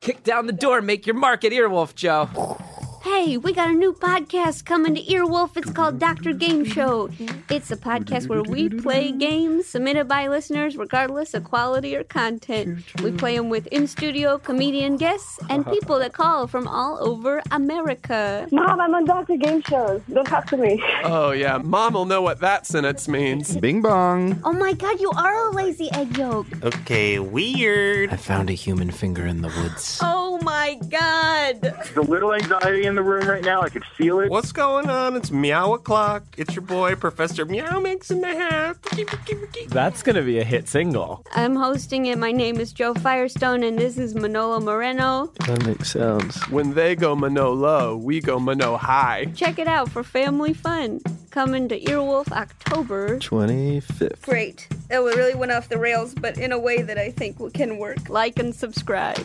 Kick down the door, make your mark at Earwolf, Joe.
Hey, we got a new podcast coming to Earwolf. It's called Dr. Game Show. It's a podcast where we play games submitted by listeners, regardless of quality or content. We play them with in studio comedian guests and people that call from all over America.
Mom, I'm on Dr. Game Shows. Don't talk to me.
Oh, yeah. Mom will know what that sentence means.
Bing bong.
Oh my god, you are a lazy egg yolk.
Okay, weird.
I found a human finger in the woods.
Oh my god.
There's a little anxiety in the room right now. I could feel it.
What's going on? It's meow o'clock. It's your boy, Professor Meow Mix in the house.
That's going to be a hit single.
I'm hosting it. My name is Joe Firestone, and this is Manolo Moreno.
That makes sense.
When they go Mano low, we go Mano high.
Check it out for family fun. Coming to Earwolf October
25th.
Great. That really went off the rails, but in a way that I think can work. Like and subscribe.